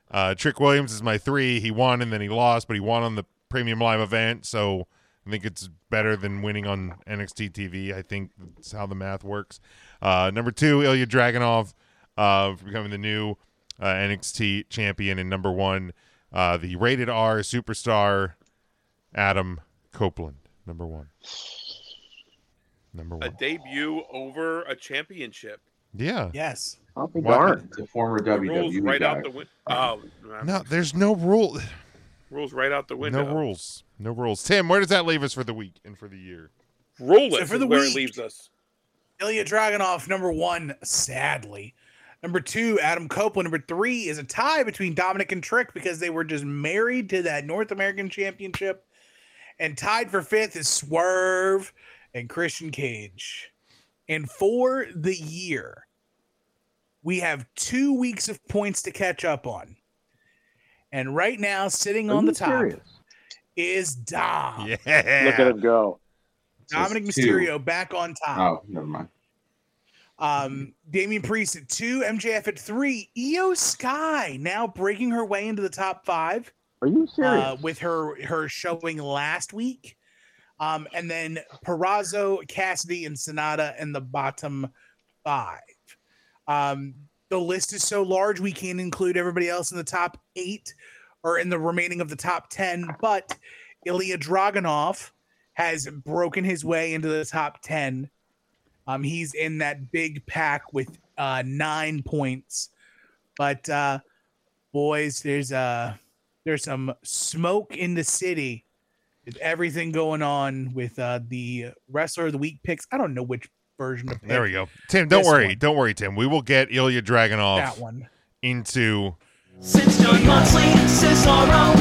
Speaker 7: Uh, Trick Williams is my three. He won and then he lost, but he won on the Premium Live event. So I think it's better than winning on NXT TV. I think that's how the math works. Uh, number two, Ilya Dragunov uh, for becoming the new uh, NXT champion. And number one, uh, the rated R superstar, Adam Copeland. Number one. Number
Speaker 8: A
Speaker 7: one.
Speaker 8: debut over a championship.
Speaker 7: Yeah.
Speaker 9: Yes.
Speaker 10: I'll be
Speaker 7: Why-
Speaker 10: darned. The former
Speaker 8: The rules
Speaker 10: WWE
Speaker 8: right
Speaker 10: guy.
Speaker 8: out the window. Oh,
Speaker 7: No, there's no rule.
Speaker 8: rules right out the window.
Speaker 7: No rules. No rules. Tim, where does that leave us for the week and for the year?
Speaker 8: Roll
Speaker 9: So
Speaker 8: it
Speaker 9: for
Speaker 8: is
Speaker 9: the
Speaker 8: where
Speaker 9: week-
Speaker 8: it leaves us.
Speaker 9: Ilya Dragunov, number one, sadly. Number two, Adam Copeland. Number three is a tie between Dominic and Trick because they were just married to that North American Championship. And tied for fifth is Swerve and Christian Cage. And for the year, we have two weeks of points to catch up on. And right now, sitting on the top is Dom.
Speaker 7: Yeah.
Speaker 6: Look at him go.
Speaker 9: Dominic
Speaker 10: Just two.
Speaker 9: Mysterio back on top.
Speaker 10: Oh, never mind.
Speaker 9: Um, Damian Priest at two, MJF at three, Io Sky now breaking her way into the top five.
Speaker 6: Are you serious?
Speaker 9: Uh, with her her showing last week, um, and then Perazzo, Cassidy, and Sonata in the bottom five. Um, the list is so large we can't include everybody else in the top eight or in the remaining of the top ten. But Ilya Dragunov has broken his way into the top ten. Um, he's in that big pack with uh, nine points. But uh, boys, there's uh, there's some smoke in the city. With everything going on with uh, the wrestler of the week picks. I don't know which version to pick.
Speaker 7: There we go. Tim, don't
Speaker 9: This
Speaker 7: worry.
Speaker 9: one.
Speaker 7: Don't worry, Tim. We will get Ilya Dragunov
Speaker 9: That one.
Speaker 7: into
Speaker 12: Since Doug Moxley, Cesaro,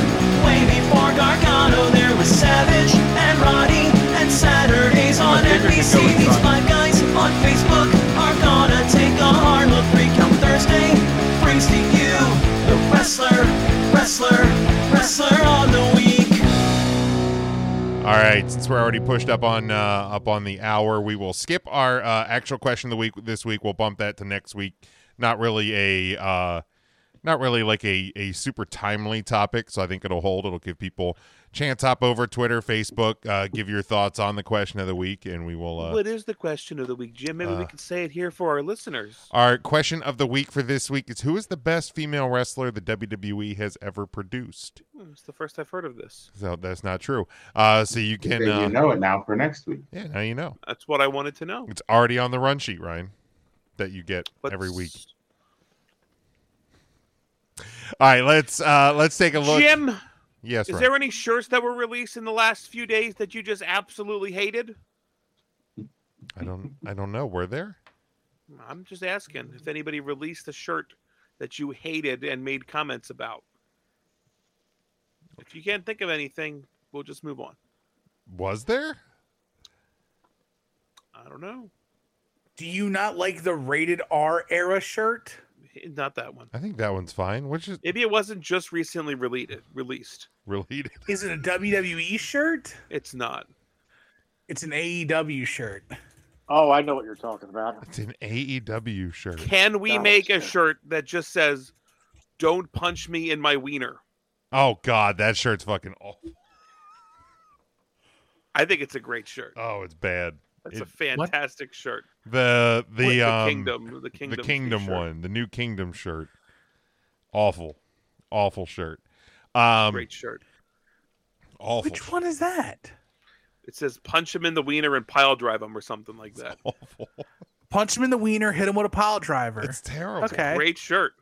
Speaker 12: way before Gargano, there was Savage and Roddy, and Saturdays on NBC. These five guys on Facebook are gonna take a hard look. Freak Out Thursday brings to you the wrestler, wrestler, wrestler on the week.
Speaker 7: All right, since we're already pushed up on uh, up on the hour, we will skip our uh, actual question of the week this week. We'll bump that to next week. Not really a uh, not really like a, a super timely topic, so I think it'll hold. It'll give people chance hop over Twitter, Facebook, uh, give your thoughts on the question of the week, and we will. Uh,
Speaker 8: what is the question of the week, Jim? Maybe we
Speaker 7: uh,
Speaker 8: could say it here for our listeners.
Speaker 7: our question of the week for this week is: Who is the best female wrestler the WWE has ever produced?
Speaker 8: Hmm, It's the first I've heard of this.
Speaker 7: So that's not true. Uh, so you can
Speaker 10: Then
Speaker 7: uh,
Speaker 10: you know it now for next week.
Speaker 7: Yeah, now you know.
Speaker 8: That's what I wanted to know.
Speaker 7: It's already on the run sheet, Ryan, that you get
Speaker 8: Let's-
Speaker 7: every week. All right, let's uh let's take a look.
Speaker 8: Jim,
Speaker 7: yes,
Speaker 8: is
Speaker 7: Ryan.
Speaker 8: there any shirts that were released in the last few days that you just absolutely hated?
Speaker 7: I don't I don't know. Were there?
Speaker 8: I'm just asking if anybody released a shirt that you hated and made comments about. If you can't think of anything, we'll just move on.
Speaker 7: Was there?
Speaker 8: I don't know.
Speaker 9: Do you not like the rated R era shirt?
Speaker 8: Not that one.
Speaker 7: I think that one's fine. Which is
Speaker 8: Maybe it wasn't just recently released. Released.
Speaker 7: related. (laughs)
Speaker 9: Is it a WWE shirt?
Speaker 8: It's not.
Speaker 9: It's an AEW shirt.
Speaker 6: Oh, I know what you're talking about.
Speaker 7: It's an AEW shirt.
Speaker 8: Can we
Speaker 6: Donald
Speaker 8: make a shirt that just says, "Don't punch me in my wiener"?
Speaker 7: Oh god, that shirt's fucking awful.
Speaker 8: I think it's a great shirt.
Speaker 7: Oh, it's bad.
Speaker 8: That's a
Speaker 7: It- what?
Speaker 8: fantastic shirt.
Speaker 7: The the,
Speaker 8: With the
Speaker 7: um,
Speaker 8: kingdom- the
Speaker 7: the
Speaker 8: kingdom
Speaker 7: kingdom
Speaker 8: t-shirt.
Speaker 7: one, the new kingdom shirt. Awful, awful shirt. Um,
Speaker 8: Great shirt.
Speaker 7: awful.
Speaker 9: Which one is that?
Speaker 8: It says, "Punch him in the wiener and pile drive him" or something like
Speaker 7: (laughs)
Speaker 8: that.
Speaker 7: Awful.
Speaker 9: Punch him in the wiener, hit him with a pile driver.
Speaker 7: It's terrible.
Speaker 9: Okay.
Speaker 8: Great shirt.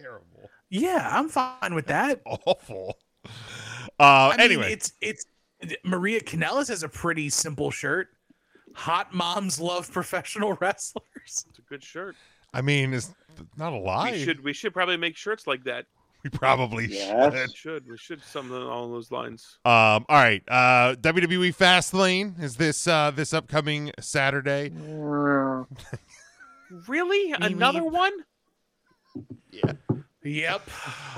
Speaker 7: Terrible.
Speaker 9: Yeah, I'm fine with that.
Speaker 7: Awful. Uh,
Speaker 9: I mean,
Speaker 7: anyway,
Speaker 9: it's it's Maria Canellis has a pretty simple shirt. Hot moms love professional (laughs) wrestlers.
Speaker 8: It's a good shirt.
Speaker 7: I mean, it's not a lie.
Speaker 8: We should we should probably make shirts like that.
Speaker 7: We probably
Speaker 8: We should. We should something along those lines.
Speaker 7: Um, all right. Uh, WWE Fastlane is this uh, this upcoming Saturday.
Speaker 8: Really? Another one?
Speaker 9: Yep.
Speaker 7: Uh,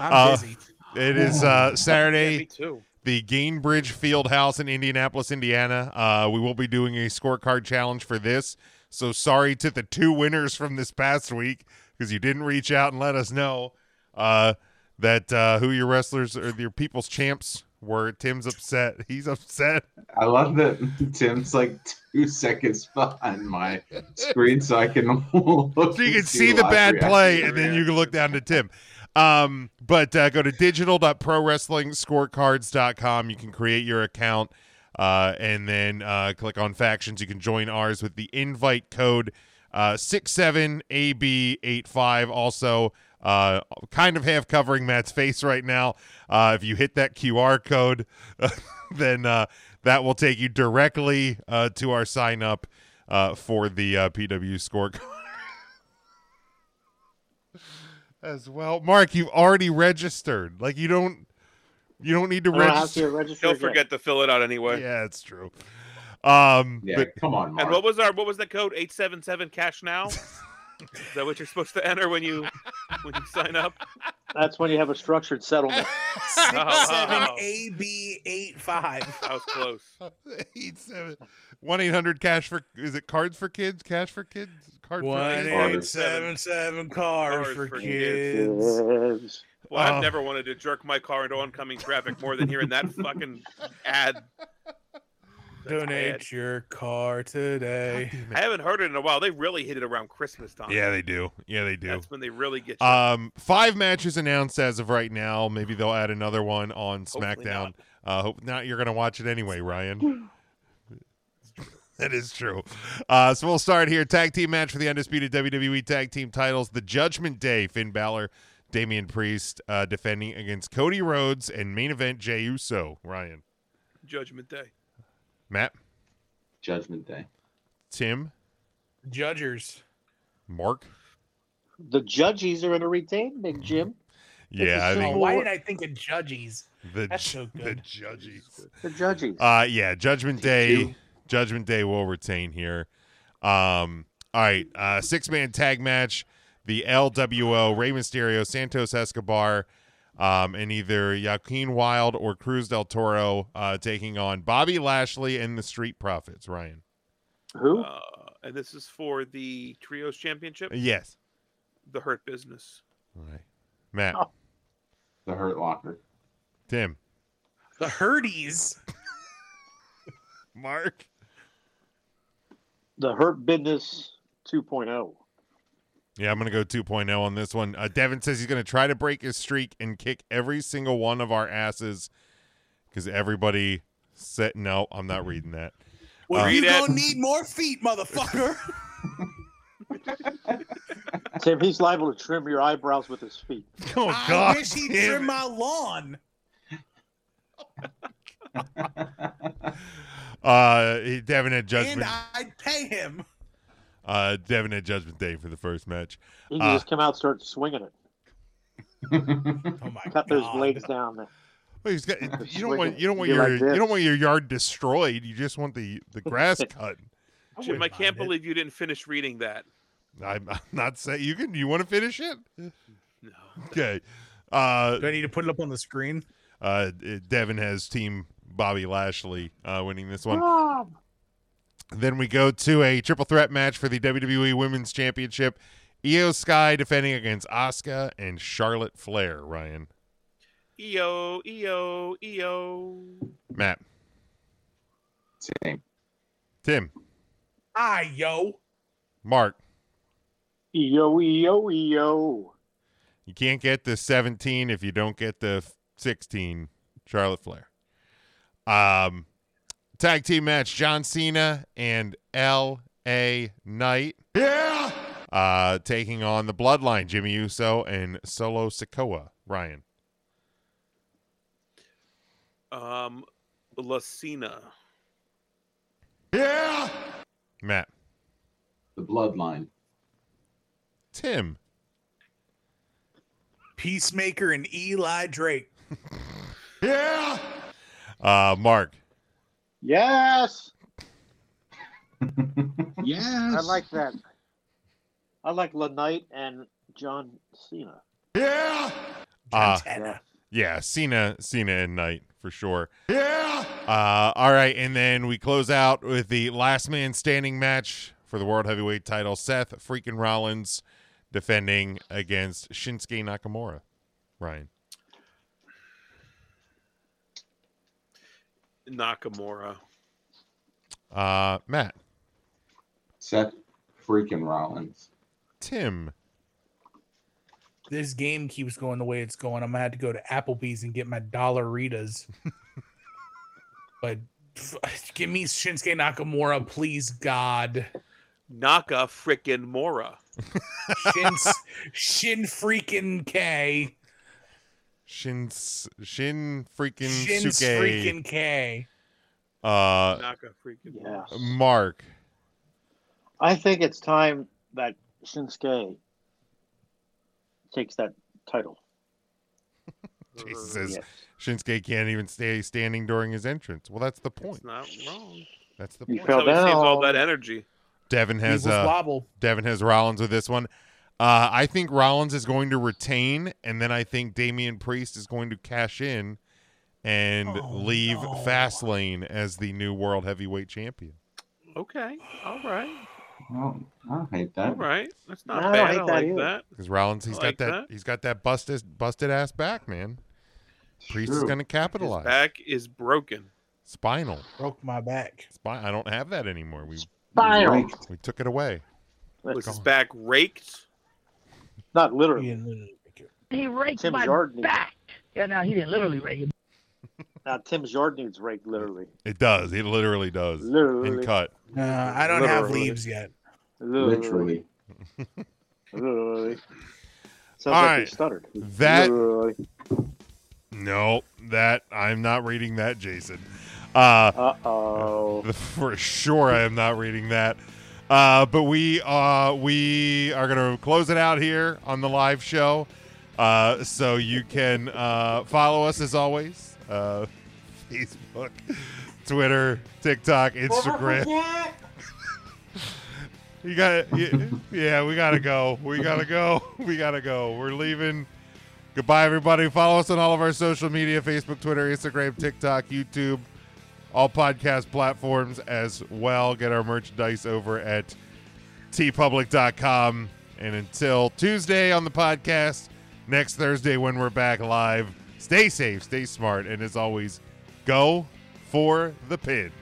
Speaker 9: I'm busy.
Speaker 7: It is uh, Saturday.
Speaker 8: Yeah, me too.
Speaker 7: The Gainbridge Fieldhouse in Indianapolis, Indiana. Uh, we will be doing a scorecard challenge for this. So sorry to the two winners from this past week because you didn't reach out and let us know uh, that uh, who your wrestlers or your people's champs were. Tim's upset. (laughs) He's upset.
Speaker 10: I love that Tim's like two seconds behind my screen, so I can (laughs) look
Speaker 7: so you
Speaker 10: and
Speaker 7: can see the
Speaker 10: live
Speaker 7: bad play,
Speaker 10: reactions.
Speaker 7: and then you can look down to Tim. Um, but uh, go to digital.prowrestlingscorecards.com. You can create your account uh, and then uh, click on factions. You can join ours with the invite code uh, 67AB85. Also, uh, kind of half covering Matt's face right now. Uh, if you hit that QR code, (laughs) then uh, that will take you directly uh, to our sign up uh, for the uh, PW scorecard. as well. Mark, you've already registered. Like you don't you don't need to
Speaker 8: I don't have
Speaker 7: register.
Speaker 8: to register He'll again. forget to fill it out anyway.
Speaker 7: Yeah, it's true. Um
Speaker 10: Yeah,
Speaker 7: but-
Speaker 10: come on,
Speaker 8: And what was our what was the code? Eight seven seven cash now. Is that what you're supposed to enter when you when you sign up?
Speaker 6: That's when you have a structured settlement.
Speaker 9: Six
Speaker 8: Oh.
Speaker 9: seven A B eight five.
Speaker 8: That was close.
Speaker 7: Eight seven (laughs) one eight hundred cash for is it cards for kids? Cash for kids? Card
Speaker 9: One
Speaker 7: for
Speaker 9: eight
Speaker 7: kids?
Speaker 9: seven seven cars for
Speaker 8: for
Speaker 9: kids.
Speaker 8: Well, I've
Speaker 7: Oh.
Speaker 8: never wanted to jerk my car into oncoming traffic more than hearing that fucking ad.
Speaker 9: Donate your car today.
Speaker 8: I haven't heard it in a while. They really hit it around Christmas time.
Speaker 7: Yeah, they do. Yeah, they do.
Speaker 8: That's when they really get. you.
Speaker 7: Um, five matches announced as of right now. Maybe they'll add another one on SmackDown. Uh, hope not. You're gonna watch it
Speaker 9: (laughs)
Speaker 7: anyway, Ryan. that is true. Uh, so we'll start here. Tag team match for the undisputed WWE Tag Team titles: The Judgment Day. Finn Balor, Damian Priest uh, defending against Cody Rhodes and main event Jey Uso. Ryan,
Speaker 8: Judgment Day.
Speaker 7: Matt,
Speaker 10: Judgment Day.
Speaker 7: Tim,
Speaker 9: Judgers.
Speaker 7: Mark.
Speaker 6: The judges are going to retain Big Jim.
Speaker 7: Yeah, I
Speaker 9: Oh,
Speaker 7: think
Speaker 9: why did I think of judges?
Speaker 7: the
Speaker 9: That's
Speaker 7: ju-
Speaker 9: so
Speaker 7: the
Speaker 9: good.
Speaker 7: judges.
Speaker 6: The judges.
Speaker 7: Uh yeah, Judgment Day. Judgment Day will retain here. Um all right, uh six man tag match, the LWO, Rey Mysterio, Santos Escobar, um, and either Joaquin Wild or Cruz del Toro uh taking on Bobby Lashley and the Street Profits, Ryan.
Speaker 6: Who?
Speaker 8: Uh, and this is for the trios championship.
Speaker 7: Yes.
Speaker 8: The Hurt Business.
Speaker 7: All right. Matt,
Speaker 10: Oh. The Hurt Locker.
Speaker 7: Tim,
Speaker 9: The Herdies.
Speaker 7: Mark.
Speaker 6: The Hurt Business oh. 2.0.
Speaker 7: Yeah, I'm going to go 2.0 on this one. Uh, Devin says he's going to try to break his streak and kick every single one of our asses because everybody said, no, I'm not reading that.
Speaker 9: Well,
Speaker 7: Uh,
Speaker 9: you
Speaker 8: Read it.
Speaker 9: gonna need more feet, motherfucker.
Speaker 6: Tim, he's liable to trim your eyebrows with his feet.
Speaker 7: oh,
Speaker 9: I
Speaker 7: God.
Speaker 9: wish he'd
Speaker 7: damn
Speaker 9: trim
Speaker 7: it.
Speaker 9: my lawn.
Speaker 7: Uh, he- Devin had
Speaker 9: And
Speaker 7: judgment.
Speaker 9: I'd pay him.
Speaker 7: Uh, Devin had judgment day for the first match.
Speaker 6: He can
Speaker 7: Uh,
Speaker 6: just come out and start swinging it.
Speaker 9: Oh my
Speaker 6: Cut those
Speaker 9: God.
Speaker 6: blades down. There.
Speaker 7: well,
Speaker 6: (laughs)
Speaker 7: he's got, you don't
Speaker 6: swing
Speaker 7: want
Speaker 6: it.
Speaker 7: you don't want
Speaker 6: Be
Speaker 7: your
Speaker 6: like
Speaker 7: you don't
Speaker 6: this.
Speaker 7: want your yard destroyed. You just want the
Speaker 6: (laughs)
Speaker 7: the grass cut.
Speaker 8: Jim, I
Speaker 9: wouldn't
Speaker 8: can't
Speaker 9: mind it.
Speaker 8: believe you didn't finish reading that.
Speaker 7: I'm, I'm not saying you can. You want to finish it?
Speaker 8: No.
Speaker 7: Okay. Uh,
Speaker 9: Do I need to put it up on the screen?
Speaker 7: uh, Devin has team Bobby Lashley uh, winning this one.
Speaker 6: Bob!
Speaker 7: Then we go to a triple threat match for the WWE Women's Championship. Io Sky defending against Asuka and Charlotte Flair. Ryan,
Speaker 8: EO, EO, EO.
Speaker 7: Matt,
Speaker 10: Same.
Speaker 7: Tim,
Speaker 9: Aye, Ah, yo.
Speaker 7: Mark.
Speaker 6: Yo, yo, yo.
Speaker 7: You can't get the 17 if you don't get the 16. Charlotte Flair. Um, tag team match: John Cena and L.A. Knight.
Speaker 13: Yeah.
Speaker 7: uh, taking on the Bloodline, Jimmy Uso and Solo Sikoa. Ryan,
Speaker 8: Um, Lucina.
Speaker 4: Yeah.
Speaker 7: Matt.
Speaker 10: The bloodline.
Speaker 7: Tim.
Speaker 9: Peacemaker and Eli Drake.
Speaker 4: yeah.
Speaker 7: Uh, Mark.
Speaker 10: (laughs)
Speaker 6: Yes.
Speaker 13: yes.
Speaker 6: I like that. I like Lanite and John Cena.
Speaker 4: Yeah.
Speaker 7: Uh,
Speaker 6: Montana.
Speaker 7: yeah, Cena, Cena and Knight for sure.
Speaker 4: Yeah.
Speaker 7: Uh, all right, and then we close out with the last man standing match for the world heavyweight title. Seth freaking Rollins defending against Shinsuke Nakamura. Ryan.
Speaker 8: Nakamura.
Speaker 7: Uh, Matt.
Speaker 10: Seth freaking Rollins.
Speaker 7: Tim.
Speaker 9: This game keeps going the way it's going. I'm gonna have to go to Applebee's and get my
Speaker 7: (laughs)
Speaker 9: dollaritas. but f- give me Shinsuke Nakamura, please, God.
Speaker 8: Naka frickin' Mora.
Speaker 9: Shin,
Speaker 7: (laughs)
Speaker 9: Shin freaking K.
Speaker 7: Shin Shin freaking
Speaker 9: Shin
Speaker 7: Suke.
Speaker 9: freaking K.
Speaker 7: Uh,
Speaker 8: Naka freaking Mora.
Speaker 7: Mark.
Speaker 6: Um, I think it's time that Shinsuke takes that title.
Speaker 7: Jesus.
Speaker 6: Yes.
Speaker 7: Shinsuke can't even stay standing during his entrance. Well, that's the point.
Speaker 8: It's not wrong.
Speaker 7: That's the
Speaker 6: He
Speaker 7: point.
Speaker 6: fell
Speaker 8: That's how he saves all
Speaker 6: down.
Speaker 8: that energy.
Speaker 7: Devin has
Speaker 8: Eagles
Speaker 7: uh,
Speaker 8: wobble.
Speaker 7: Devin has Rollins with this one. Uh, I think Rollins is going to retain, and then I think Damian Priest is going to cash in and leave Fastlane as the new world heavyweight champion.
Speaker 8: Okay. All right.
Speaker 10: Oh, I don't hate
Speaker 8: All
Speaker 10: that.
Speaker 8: right. That's not
Speaker 6: No, I
Speaker 8: bad.
Speaker 6: don't
Speaker 8: I,
Speaker 6: hate that
Speaker 8: like
Speaker 6: either.
Speaker 8: that.
Speaker 7: Because Rollins, he's
Speaker 8: I like
Speaker 7: got that,
Speaker 8: that.
Speaker 7: he's got that busted busted ass back, man. Priest is
Speaker 8: True.
Speaker 7: going to
Speaker 8: His
Speaker 7: capitalize.
Speaker 8: back is broken.
Speaker 7: Spinal.
Speaker 9: Broke my back.
Speaker 7: Spine. I don't have that anymore. We
Speaker 8: Spinal.
Speaker 7: raked- We took it away.
Speaker 8: Was his back raked?
Speaker 6: Not literally.
Speaker 15: He raked
Speaker 6: Tim
Speaker 15: my
Speaker 6: Jordan.
Speaker 15: back. Yeah, no, he didn't literally rake it.
Speaker 6: (laughs) Now Tim Jordan needs rake
Speaker 15: (laughs)
Speaker 6: literally.
Speaker 7: It does. It literally does.
Speaker 6: Literally.
Speaker 7: And cut.
Speaker 9: Uh, I don't have
Speaker 6: Literally.
Speaker 9: leaves yet.
Speaker 6: Literally. Literally. Sounds
Speaker 7: All
Speaker 6: like he
Speaker 7: right.
Speaker 6: stuttered.
Speaker 7: That-
Speaker 6: Literally.
Speaker 7: No, that I'm not reading that, Jason. Uh
Speaker 6: oh.
Speaker 7: (laughs) For sure, I am not reading that. Uh, but we uh, we are gonna close it out here on the live show. Uh, so you can uh, follow us as always. Uh, (laughs) Facebook, Twitter, TikTok, Instagram. (laughs) You got to yeah, we gotta go. We gotta go. (laughs) We gotta go. We're leaving. Goodbye, everybody. Follow us on all of our social media: Facebook, Twitter, Instagram, TikTok, YouTube, all podcast platforms as well. Get our merchandise over at tpublic.com. And until Tuesday on the podcast, next Thursday when we're back live, stay safe, stay smart, and as always, go for the pin.